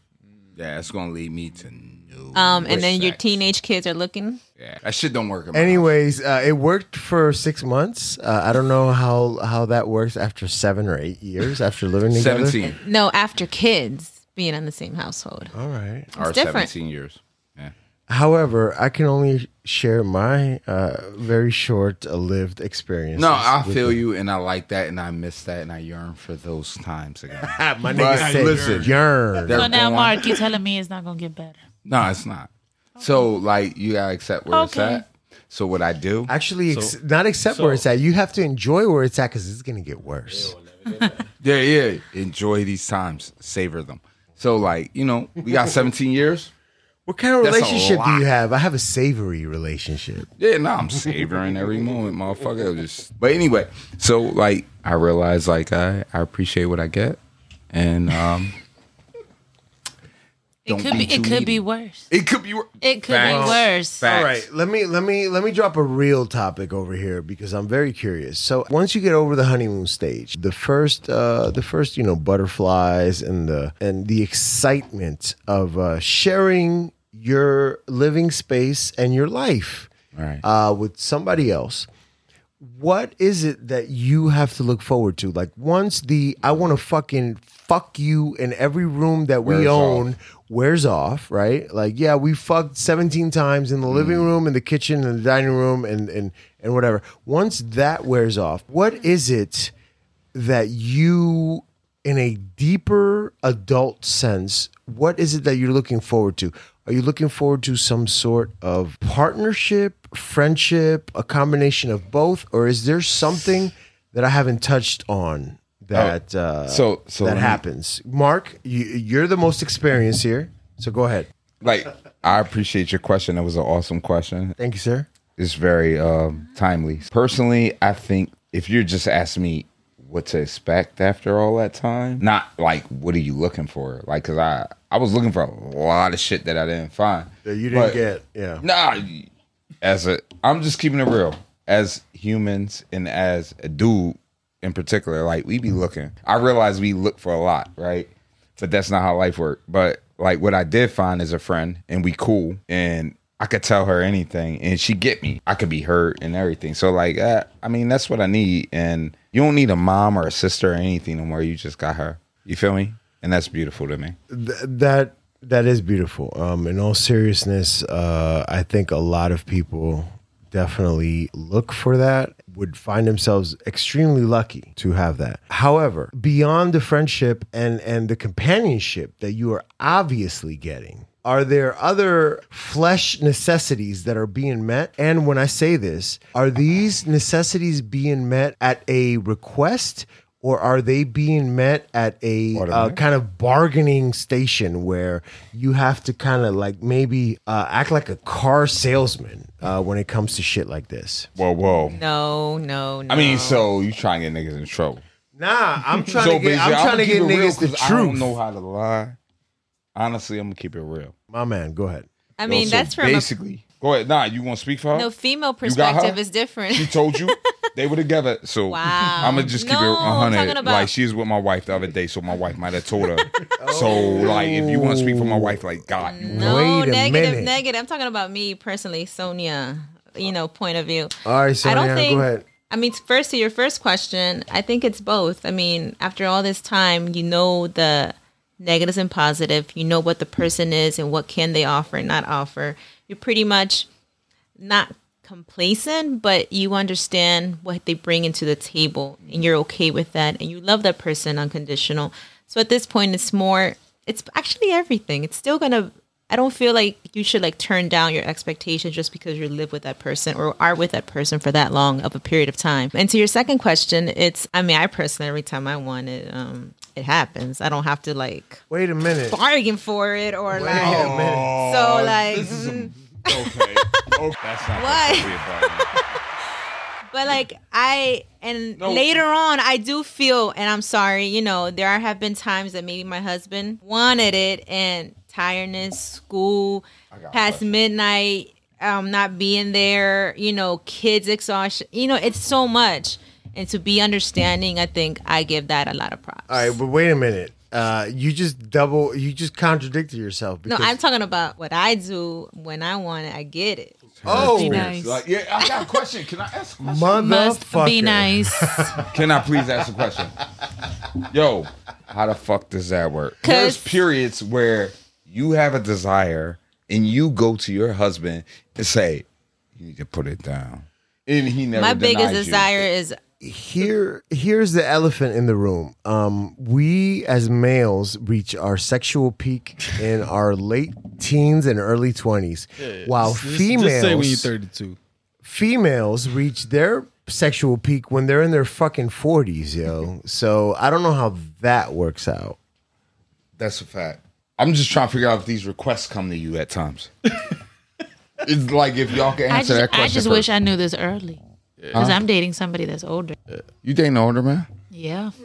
Speaker 4: Yeah, Uh, it's gonna lead me to no.
Speaker 5: Um, and then
Speaker 4: sex.
Speaker 5: your teenage kids are looking.
Speaker 4: Yeah, that shit don't work. in my
Speaker 2: Anyways, uh, it worked for six months. Uh, I don't know how, how that works after seven or eight years after living
Speaker 4: house.
Speaker 2: together.
Speaker 4: seventeen
Speaker 5: No, after kids being in the same household.
Speaker 2: All right.
Speaker 4: or
Speaker 5: different.
Speaker 4: seventeen years. Yeah.
Speaker 2: However, I can only share my uh, very short uh, lived experience.
Speaker 4: No, I feel you, and I like that, and I miss that, and I yearn for those times [LAUGHS] again.
Speaker 2: my
Speaker 4: But
Speaker 2: nigga said
Speaker 4: listen.
Speaker 2: yearn.
Speaker 4: They're
Speaker 6: So now,
Speaker 4: gone.
Speaker 6: Mark, you telling me it's not gonna get better?
Speaker 4: No, it's not. So like you gotta accept where it's
Speaker 6: Okay.
Speaker 4: at. So what I do?
Speaker 2: Actually, ex- not accept where it's at. You have to enjoy where it's at because it's gonna get worse.
Speaker 4: Yeah, yeah. Enjoy these times. Savor them. So like, you know, we
Speaker 6: [LAUGHS]
Speaker 4: got 17 years.
Speaker 2: What kind of
Speaker 4: That's a
Speaker 2: relationship do
Speaker 4: lot.
Speaker 2: you have? I have a savory relationship.
Speaker 4: Yeah, no, I'm savoring every moment, motherfucker. It was Just, but anyway, so like I realize like I, I appreciate what I get. And um
Speaker 6: It
Speaker 4: Don't
Speaker 6: could be.
Speaker 4: be too
Speaker 6: It could
Speaker 4: needy.
Speaker 6: be worse.
Speaker 4: it could be wor-
Speaker 6: It could
Speaker 4: Facts.
Speaker 6: be worse.
Speaker 4: Facts.
Speaker 2: All right, let me let me let me drop a real topic over here because I'm very curious. So once you get over the honeymoon stage, the first uh, the first you know butterflies and the and the excitement of uh, sharing your living space and your life
Speaker 4: Right.
Speaker 2: uh, with somebody else. What is it that you have to look forward to? Like once the I want to fucking fuck you in every room that we
Speaker 4: Wears
Speaker 2: own wears off, right? Like yeah, we fucked 17 times in the living room, in the kitchen, in the dining room and and and whatever. Once that wears off, what is it that you in a deeper adult sense what is it that you're looking forward to are you looking forward to some sort of partnership friendship a combination of both or is there something that i haven't touched on that uh
Speaker 4: Oh, so- so
Speaker 2: that
Speaker 4: let me-
Speaker 2: happens mark you, you're the most experienced here so go ahead
Speaker 4: Like I appreciate your question. That was an awesome question.
Speaker 2: thank you sir
Speaker 4: is very um, timely. Personally, I think if you're just asking me what to expect after all that time, not like what are you looking for, like because I I was looking for a lot of shit that I didn't find.
Speaker 2: that you
Speaker 4: But-
Speaker 2: didn't get yeah
Speaker 4: Nah, as a I'm just keeping it real. As humans and as a dude in particular, like we be looking. I realize we look for a lot, right? But that's not how life works. But like what I did find is a friend and we cool and I could tell her anything and she get me. I could be hurt and everything. So like uh, I mean that's what I need and you don't need a mom or a sister or anything no more. You just got her. You feel me? And that's beautiful to me.
Speaker 2: Th- that That is beautiful. Um, in all seriousness, uh, I think a lot of people definitely look for that, would find themselves extremely lucky to have that. However, beyond the friendship and, and the companionship that you are obviously getting, are there other flesh necessities that are being met? And when I say this, are these necessities being met at a request? or are they being met at a uh, kind of bargaining station where you have to kind of like maybe uh, act like a car salesman uh, when it comes to shit like this?
Speaker 4: Whoa, whoa.
Speaker 5: No, no, no.
Speaker 4: I mean, so you trying to get niggas in trouble.
Speaker 2: Nah, I'm trying
Speaker 4: so
Speaker 2: to get, I'm
Speaker 4: basically,
Speaker 2: trying to
Speaker 4: keep
Speaker 2: get
Speaker 4: it real
Speaker 2: niggas the
Speaker 4: 'cause
Speaker 2: truth.
Speaker 4: I don't know how to lie. Honestly, I'm gonna keep it real.
Speaker 2: My man, go ahead.
Speaker 5: I mean,
Speaker 4: Yo, so
Speaker 5: that's from
Speaker 4: basically. Go ahead. Nah, you want to speak for her?
Speaker 5: a no female
Speaker 4: You got her?
Speaker 5: perspective is different.
Speaker 4: [LAUGHS]
Speaker 5: [LAUGHS]
Speaker 4: She told you they were together. So
Speaker 5: Wow.
Speaker 4: I'm gonna just keep it
Speaker 5: No, I'm
Speaker 4: 100.
Speaker 5: talking about-
Speaker 4: Like she was with my wife the other day, so my wife might have told her. So like, if you want to speak for my wife, like God, you
Speaker 5: no,
Speaker 2: Wait a
Speaker 5: negative,
Speaker 2: minute.
Speaker 5: negative. I'm talking about me personally, Sonia. You know, point of view.
Speaker 2: All right, so
Speaker 5: I don't
Speaker 2: Ariana,
Speaker 5: think-
Speaker 2: go ahead.
Speaker 5: I mean, first to your first question, I think it's both. I mean, after all this time, you know the negatives and positive. You know what the person is and what can they offer and not offer. You're pretty much not complacent, but you understand what they bring into the table and you're okay with that and you love that person unconditional. So at this point it's more it's actually everything. It's still going to I don't feel like you should like turn down your expectations just because you live with that person or are with that person for that long of a period of time. And to your second question, it's I mean I personally every time I want it um it happens. I don't have to like
Speaker 2: Wait a minute.
Speaker 5: bargain for it or
Speaker 2: Wait
Speaker 5: like
Speaker 2: a minute.
Speaker 3: oh,
Speaker 5: so like mm.
Speaker 6: [LAUGHS]
Speaker 4: okay. okay. That's not
Speaker 5: What?
Speaker 4: what?
Speaker 5: But like I and
Speaker 4: No.
Speaker 5: later on I do feel and I'm sorry, you know, there are- have been times that maybe my husband wanted it and tiredness, school, past midnight, um not being there, you know, kids exhaustion. You know, it's so much. And to be understanding, I think I give that a lot of props.
Speaker 2: All right, but wait a minute. Uh, you just double. You just contradicted yourself.
Speaker 5: no,
Speaker 2: Because,
Speaker 5: I'm talking about what I do when I want it, I
Speaker 2: [LAUGHS]
Speaker 5: get it.
Speaker 2: Oh,
Speaker 6: nice.
Speaker 4: Like, yeah, I got a question. Can I ask? a question?
Speaker 6: Must
Speaker 2: motherfucker.
Speaker 6: be nice.
Speaker 4: Can I please ask a question? Yo, how the fuck does that work?
Speaker 5: 'Cause-
Speaker 4: There's periods where you have a desire and you go to your husband and say, "You need to put it down," and he never.
Speaker 5: [LAUGHS] My biggest
Speaker 4: denies you.
Speaker 5: desire is
Speaker 2: here here's the elephant in the room um we as males reach our sexual peak in our late teens and early 20s while
Speaker 3: Just-
Speaker 2: females
Speaker 3: Just say when you're 32.
Speaker 2: females reach their sexual peak when they're in their fucking 40s yo so i don't know how that works out
Speaker 4: That's a fact. I'm just trying to figure out if these requests come to you at times. it's like if y'all can
Speaker 6: I
Speaker 4: answer that
Speaker 6: just,
Speaker 4: question.
Speaker 6: I just
Speaker 4: first.
Speaker 6: wish I knew this early because I'm dating somebody that's older.
Speaker 4: you dating an older man.
Speaker 6: Yeah,
Speaker 4: I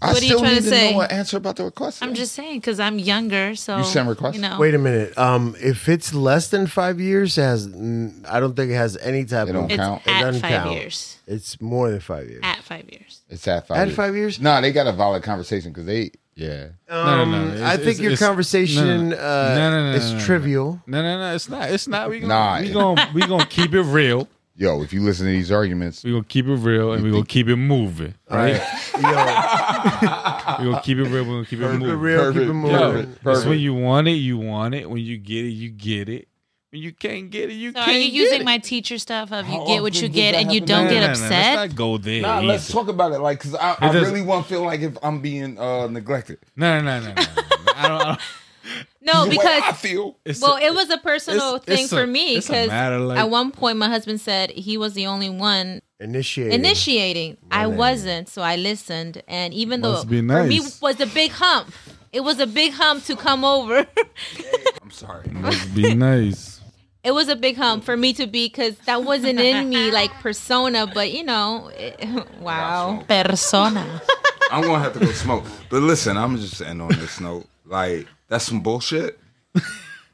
Speaker 5: What are you
Speaker 4: still
Speaker 5: trying
Speaker 4: need
Speaker 5: to
Speaker 4: to
Speaker 5: say?
Speaker 4: know an answer about the request.
Speaker 6: I'm just saying because I'm younger. So
Speaker 4: You send requests?
Speaker 6: You know,
Speaker 2: wait a minute um if it's less than five years it has n- i don't think it has any type
Speaker 4: It don't
Speaker 2: of
Speaker 6: it's
Speaker 4: count. It
Speaker 6: at
Speaker 2: doesn't
Speaker 6: five
Speaker 2: count.
Speaker 6: years.
Speaker 2: it's more than five years
Speaker 6: At five years.
Speaker 4: It's at five.
Speaker 2: At
Speaker 4: years.
Speaker 2: five years?
Speaker 4: No, they got a valid conversation because they. Yeah.
Speaker 3: No, no, no. It's-
Speaker 2: Um, I
Speaker 3: it's-
Speaker 2: think your
Speaker 3: it's- no, no.
Speaker 2: conversation
Speaker 3: No,
Speaker 2: uh,
Speaker 3: no, no, no,
Speaker 2: is
Speaker 3: no, no.
Speaker 2: trivial.
Speaker 3: No, no, no. It's not. It's not. We gonna,
Speaker 4: Nah.
Speaker 3: we gonna we gonna keep it real.
Speaker 4: Yo, if you listen to these arguments,
Speaker 3: We gonna keep it real, and we gonna keep it moving. Right?
Speaker 2: Yo,
Speaker 3: We gonna keep it real. We gonna keep it
Speaker 2: keep it
Speaker 3: moving.
Speaker 2: real, keep it
Speaker 4: Perfect.
Speaker 2: moving.
Speaker 3: Yo,
Speaker 4: Perfect.
Speaker 3: It's
Speaker 4: Perfect.
Speaker 3: when you want it, you want it. When you get it, you get it. When you can't get it, you
Speaker 6: So
Speaker 3: can't.
Speaker 6: are you
Speaker 3: get
Speaker 6: using
Speaker 3: it.
Speaker 6: my teacher stuff of you
Speaker 4: How
Speaker 6: get what
Speaker 4: often
Speaker 6: you
Speaker 4: does
Speaker 6: get
Speaker 4: that
Speaker 6: and you
Speaker 4: happen?
Speaker 6: don't
Speaker 4: No,
Speaker 6: get
Speaker 4: no, no,
Speaker 6: upset?
Speaker 3: Let's not go there.
Speaker 4: nah, let's
Speaker 3: either.
Speaker 4: talk about it. Like, cause I, I
Speaker 3: doesn't-
Speaker 4: really want to feel like if I'm being uh, neglected.
Speaker 3: No, no, no, no. no, no. I don't. I don't
Speaker 6: [LAUGHS]
Speaker 5: no
Speaker 4: The way I
Speaker 5: because
Speaker 4: feel.
Speaker 3: it's
Speaker 5: well, it was a personal
Speaker 3: it's-
Speaker 5: thing
Speaker 3: it's a-
Speaker 5: for me
Speaker 3: it's a
Speaker 5: because
Speaker 3: matter, like-
Speaker 5: at one point my husband said he was the only one
Speaker 2: Initiate.
Speaker 5: initiating. I wasn't, so I listened, and even
Speaker 3: Must
Speaker 5: though
Speaker 3: be
Speaker 5: for me
Speaker 3: nice.
Speaker 5: was a big hump, it was a big hump to come over. [LAUGHS]
Speaker 4: I'm sorry.
Speaker 3: let's be nice.
Speaker 5: it was a big hump for me to be because that wasn't in me like persona, but you know, it, [LAUGHS] wow.
Speaker 6: Persona.
Speaker 4: I'm gonna have to go smoke. But listen, I'm just end on this note. Like that's some bullshit.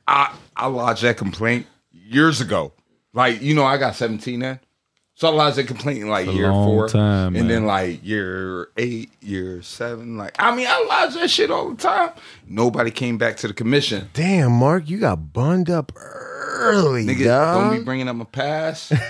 Speaker 4: I I lodged that complaint years ago. Like you know, I got 17 then, so I lodged that complaint in like
Speaker 3: a
Speaker 4: year
Speaker 3: long
Speaker 4: four,
Speaker 3: time,
Speaker 4: and
Speaker 3: man.
Speaker 4: then like year eight, year seven. Like I mean, I lodged that shit all the time. Nobody came back to the commission.
Speaker 2: Damn, Mark, you got bunned up early,
Speaker 4: Nigga,
Speaker 2: dog.
Speaker 4: don't be bringing up my past. [LAUGHS]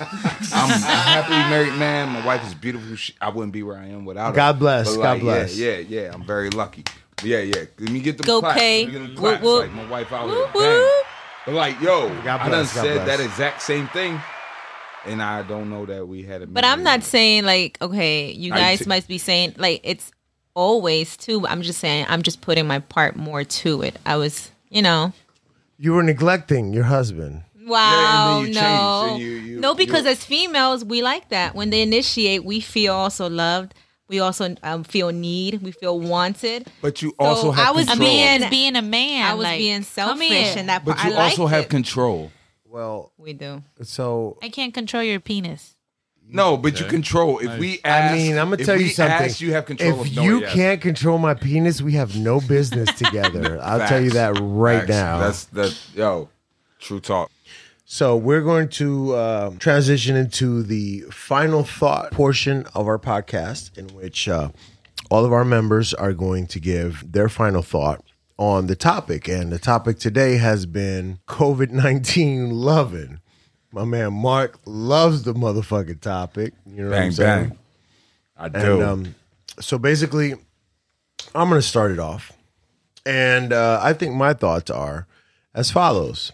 Speaker 4: I'm a happily married man. My wife is beautiful. She, I wouldn't be where I am without her.
Speaker 2: God bless,
Speaker 4: But,
Speaker 2: God bless.
Speaker 4: Yeah, yeah, yeah. I'm very lucky.
Speaker 7: Yeah, yeah. Let me get the
Speaker 5: Go
Speaker 7: claps.
Speaker 5: pay.
Speaker 7: Let me get them
Speaker 5: Whoop,
Speaker 7: claps.
Speaker 5: whoop.
Speaker 7: Like my wife out
Speaker 5: Woo,
Speaker 7: here.
Speaker 5: woo.
Speaker 7: Bang. But like, yo,
Speaker 2: God
Speaker 7: I done
Speaker 2: bless, God
Speaker 7: said
Speaker 2: bless.
Speaker 7: that exact same thing, and I don't know that we had a.
Speaker 5: But I'm
Speaker 7: meeting.
Speaker 5: not saying like, okay, you
Speaker 7: I
Speaker 5: guys
Speaker 7: t-
Speaker 5: must be saying like it's always too. I'm just saying I'm just putting my part more to it. I was, you know,
Speaker 2: You were neglecting your husband.
Speaker 5: wow,
Speaker 7: you
Speaker 5: no,
Speaker 7: change, and you- you-
Speaker 5: no, because
Speaker 7: you-
Speaker 5: as females we like that when they initiate, we feel also loved. We also um, feel need. We feel wanted.
Speaker 7: But you
Speaker 5: So
Speaker 7: also have
Speaker 5: I was
Speaker 6: A
Speaker 7: control.
Speaker 5: being-
Speaker 6: man being a man.
Speaker 5: I was
Speaker 6: like,
Speaker 5: being
Speaker 6: come
Speaker 5: selfish,
Speaker 6: here.
Speaker 5: and that part
Speaker 7: But you
Speaker 5: I
Speaker 7: also
Speaker 5: liked
Speaker 7: have
Speaker 5: it.
Speaker 7: control.
Speaker 2: Well,
Speaker 5: we do.
Speaker 2: so
Speaker 6: I can't control your penis.
Speaker 7: No, but you control. If we ask,
Speaker 2: I mean, I'm gonna
Speaker 7: if
Speaker 2: tell
Speaker 7: we
Speaker 2: you something.
Speaker 7: Ask, you have control.
Speaker 2: If
Speaker 7: of knowing
Speaker 2: you
Speaker 7: yes.
Speaker 2: can't control my penis, we have no business
Speaker 7: [LAUGHS]
Speaker 2: together. I'll tell you that
Speaker 7: Facts.
Speaker 2: right
Speaker 7: Facts.
Speaker 2: now.
Speaker 7: That's that. Yo, true talk.
Speaker 2: So we're going to um, transition into the final thought portion of our podcast, in which uh, all of our members are going to give their final thought on the topic. And the topic today has been COVID nineteen loving. My man Mark loves the motherfucking topic. You know what I'm
Speaker 7: Bang
Speaker 2: saying?
Speaker 7: bang. I do.
Speaker 2: And um, so basically, I'm going to start it off. And uh, I think my thoughts are as follows.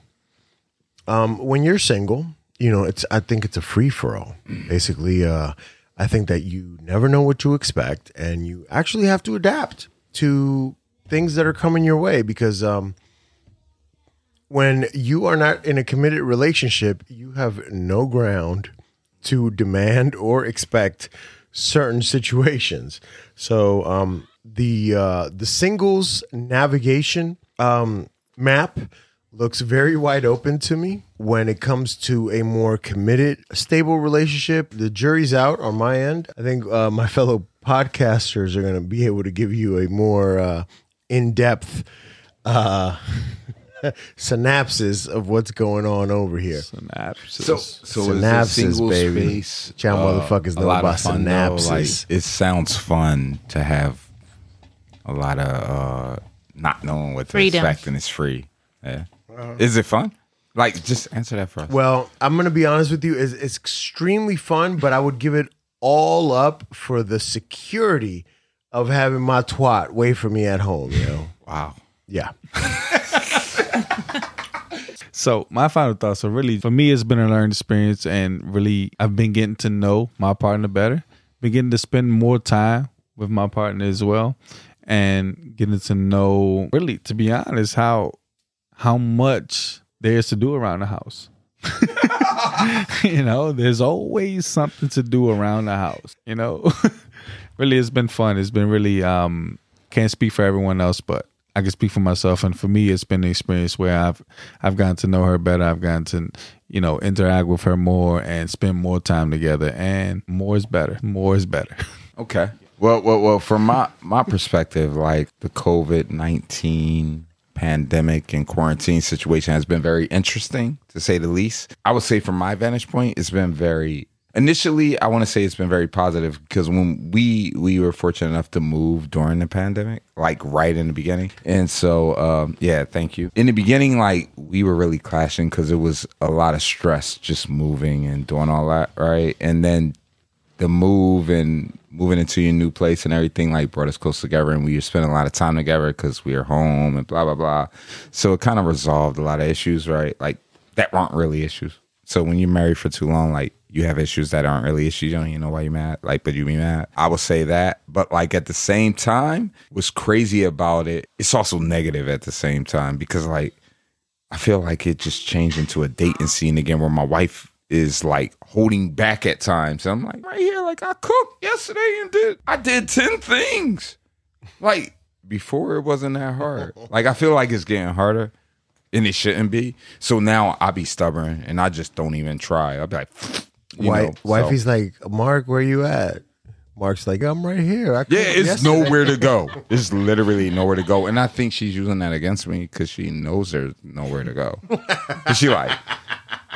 Speaker 2: Um, when you're single, you know, it's I think it's a free for all. Basically, uh, I think that you never know what to expect, and you actually have to adapt to things that are coming your way because um, when you are not in a committed relationship, you have no ground to demand or expect certain situations. So um, the uh, the singles navigation um, map looks very wide open to me when it comes to a more committed, stable relationship. The jury's out on my end. I think uh, my fellow podcasters are going to be able to give you a more uh, in depth. Uh, [LAUGHS] synapses of what's going on over here.
Speaker 7: So, so is the
Speaker 2: Synapses,
Speaker 7: single
Speaker 2: baby.
Speaker 7: space. uh,
Speaker 2: Y'all motherfuckers
Speaker 7: a
Speaker 2: know
Speaker 7: lot
Speaker 2: about
Speaker 7: of fun, though.
Speaker 2: synapses.
Speaker 7: Like, it sounds fun to have a lot of uh, not knowing what to
Speaker 6: Freedom.
Speaker 7: expect, and it's free. Yeah. Is it fun? Like, just answer that for us.
Speaker 2: Well, I'm gonna be honest with you. It's, it's extremely fun, but I would give it all up for the security of having my twat wait for me at home. You
Speaker 7: [LAUGHS]
Speaker 2: know?
Speaker 7: wow.
Speaker 2: Yeah.
Speaker 3: So my final thoughts are really for me it's been a learning experience and really I've been getting to know my partner better, been getting to spend more time with my partner as well and getting to know really to be honest how how much there is to do around the house. [LAUGHS] you know, there's always something to do around the house, you know. [LAUGHS] really it's been fun. It's been really um can't speak for everyone else, but I can speak for myself and for me it's been an experience where I've I've gotten to know her better. I've gotten to, you know, interact with her more and spend more time together and more is better. More is better.
Speaker 7: Okay. Well, well, well. From my my perspective, like the COVID nineteen pandemic and quarantine situation has been very interesting to say the least. I would say from my vantage point, it's been very. Initially, I want to say it's been very positive because when we we were fortunate enough to move during the pandemic, like right in the beginning, and so um, yeah, thank you. In the beginning, like we were really clashing because it was a lot of stress just moving and doing all that, right? And then the move and moving into your new place and everything like brought us close together and we were spending a lot of time together because we were home and blah blah blah so it kind of resolved a lot of issues right like that weren't really issues so when you're married for too long like you have issues that aren't really issues you don't even know why you're mad like but you be mad i would say that but like at the same time what's crazy about it it's also negative at the same time because like I feel like it just changed into a dating scene again where my wife is like holding back at times. And I'm like, right here, like I cooked yesterday and did I did 10 things. Like before it wasn't that hard. Like I feel like it's getting harder and it shouldn't be. So now I be stubborn and I just don't even try. I'll be like, [SNIFFS] you
Speaker 2: Wife,
Speaker 7: know, so-
Speaker 2: wifey's like, Mark, where you at? Mark's like, I'm right here. I
Speaker 7: Yeah,
Speaker 2: cooked
Speaker 7: it's
Speaker 2: yesterday."
Speaker 7: nowhere to go. It's literally nowhere to go. And I think she's using that against me because she knows there's nowhere to go. 'Cause she like,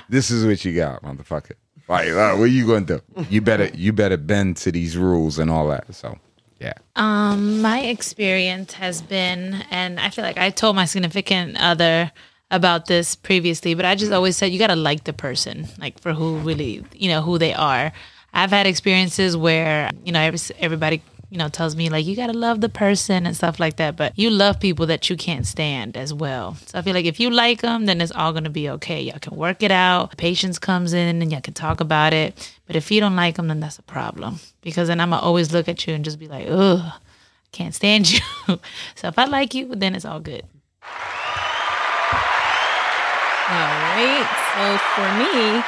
Speaker 7: this is what you got, motherfucker. Like, uh, what you gonna do? You better, you better bend to these rules and all that. So, yeah,
Speaker 6: Um, my experience has been, and I feel like I told my significant other about this previously, but I just always said you gotta like the person, like for who really, you know, who they are. I've had experiences where you know every, everybody you know, tells me like you gotta love the person and stuff like that. But you love people that you can't stand as well. So I feel like if you like them, then it's all gonna be okay. Y'all can work it out. Patience comes in, and y'all can talk about it. But if you don't like them, then that's a problem because then I'm gonna always look at you and just be like, ugh, I can't stand [LAUGHS] you. so if I like you, then it's all good.
Speaker 5: All right. So for me,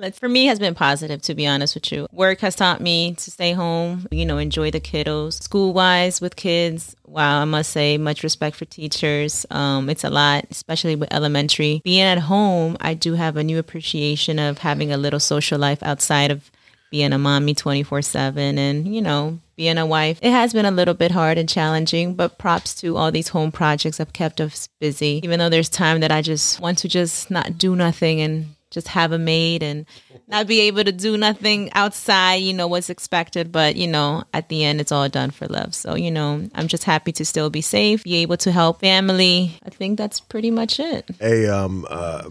Speaker 5: let's for me has been positive to be honest with you. Work has taught me to stay home, you know, enjoy the kiddos. School wise with kids, wow, I must say much respect for teachers. Um, it's a lot, especially with elementary. Being at home, I do have a new appreciation of having a little social life outside of being a mommy 24 7 and you know being a wife it has been a little bit hard and challenging but props to all these home projects have kept us busy even though there's time that i just want to just not do nothing and just have a maid and not be able to do nothing outside you know what's expected but you know at the end it's all done for love so you know i'm just happy to still be safe be able to help family i think that's pretty much it
Speaker 2: Hey, um, uh,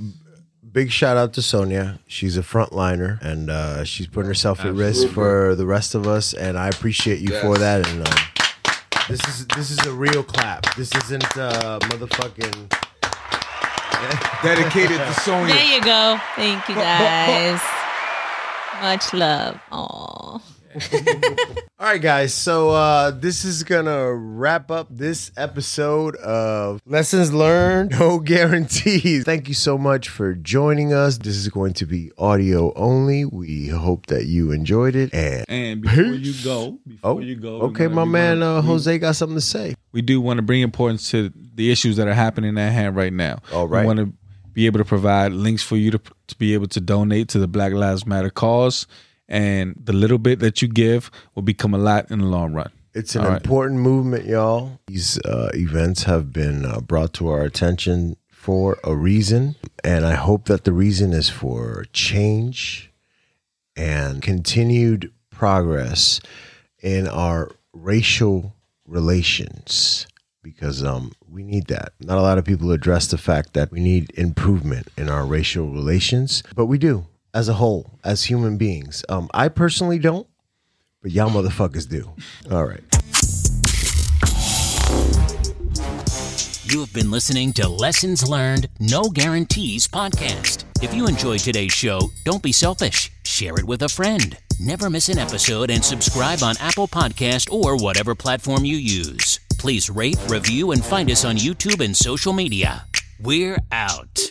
Speaker 2: big shout out to Sonia. She's a frontliner and uh, she's putting herself at risk for the rest of us. And I appreciate you for
Speaker 4: Yes.
Speaker 2: that. And um, this is this is a real clap. This isn't uh, motherfucking.
Speaker 4: Dedicated
Speaker 3: [LAUGHS]
Speaker 4: to Sonya.
Speaker 6: There you go.
Speaker 5: thank you guys much love Aww.
Speaker 2: All right, guys. So uh, this is gonna wrap up this episode of Lessons Learned, [LAUGHS] No Guarantees. Thank you so much for joining us. This is going to be audio only. We hope that you enjoyed it. And
Speaker 3: And before you go, before
Speaker 2: oh,
Speaker 3: you go, we
Speaker 2: okay,
Speaker 3: wanna-
Speaker 2: my
Speaker 3: we
Speaker 2: man
Speaker 3: wanna-
Speaker 2: uh,
Speaker 3: we-
Speaker 2: Jose got something to say.
Speaker 3: we do want to bring importance to the issues that are happening at hand right now.
Speaker 2: All right.
Speaker 3: We want to be able to provide links for you to, to be able to donate to the Black Lives Matter cause. And the little bit that you give will become a lot in the long run.
Speaker 2: It's an
Speaker 3: All right.
Speaker 2: important movement, y'all. These uh, events have been uh, brought to our attention for a reason, and I hope that the reason is for change and continued progress in our racial relations because um, we need that. Not a lot of people address the fact that we need improvement in our racial relations, but we do as a whole, as human beings. Um, I personally don't, but y'all motherfuckers do. All right.
Speaker 1: You have been listening to Lessons Learned No Guarantees podcast. If you enjoyed today's show, don't be selfish. Share it with a friend. Never miss an episode and subscribe on Apple Podcast or whatever platform you use. Please rate, review, and find us on YouTube and social media. We're out.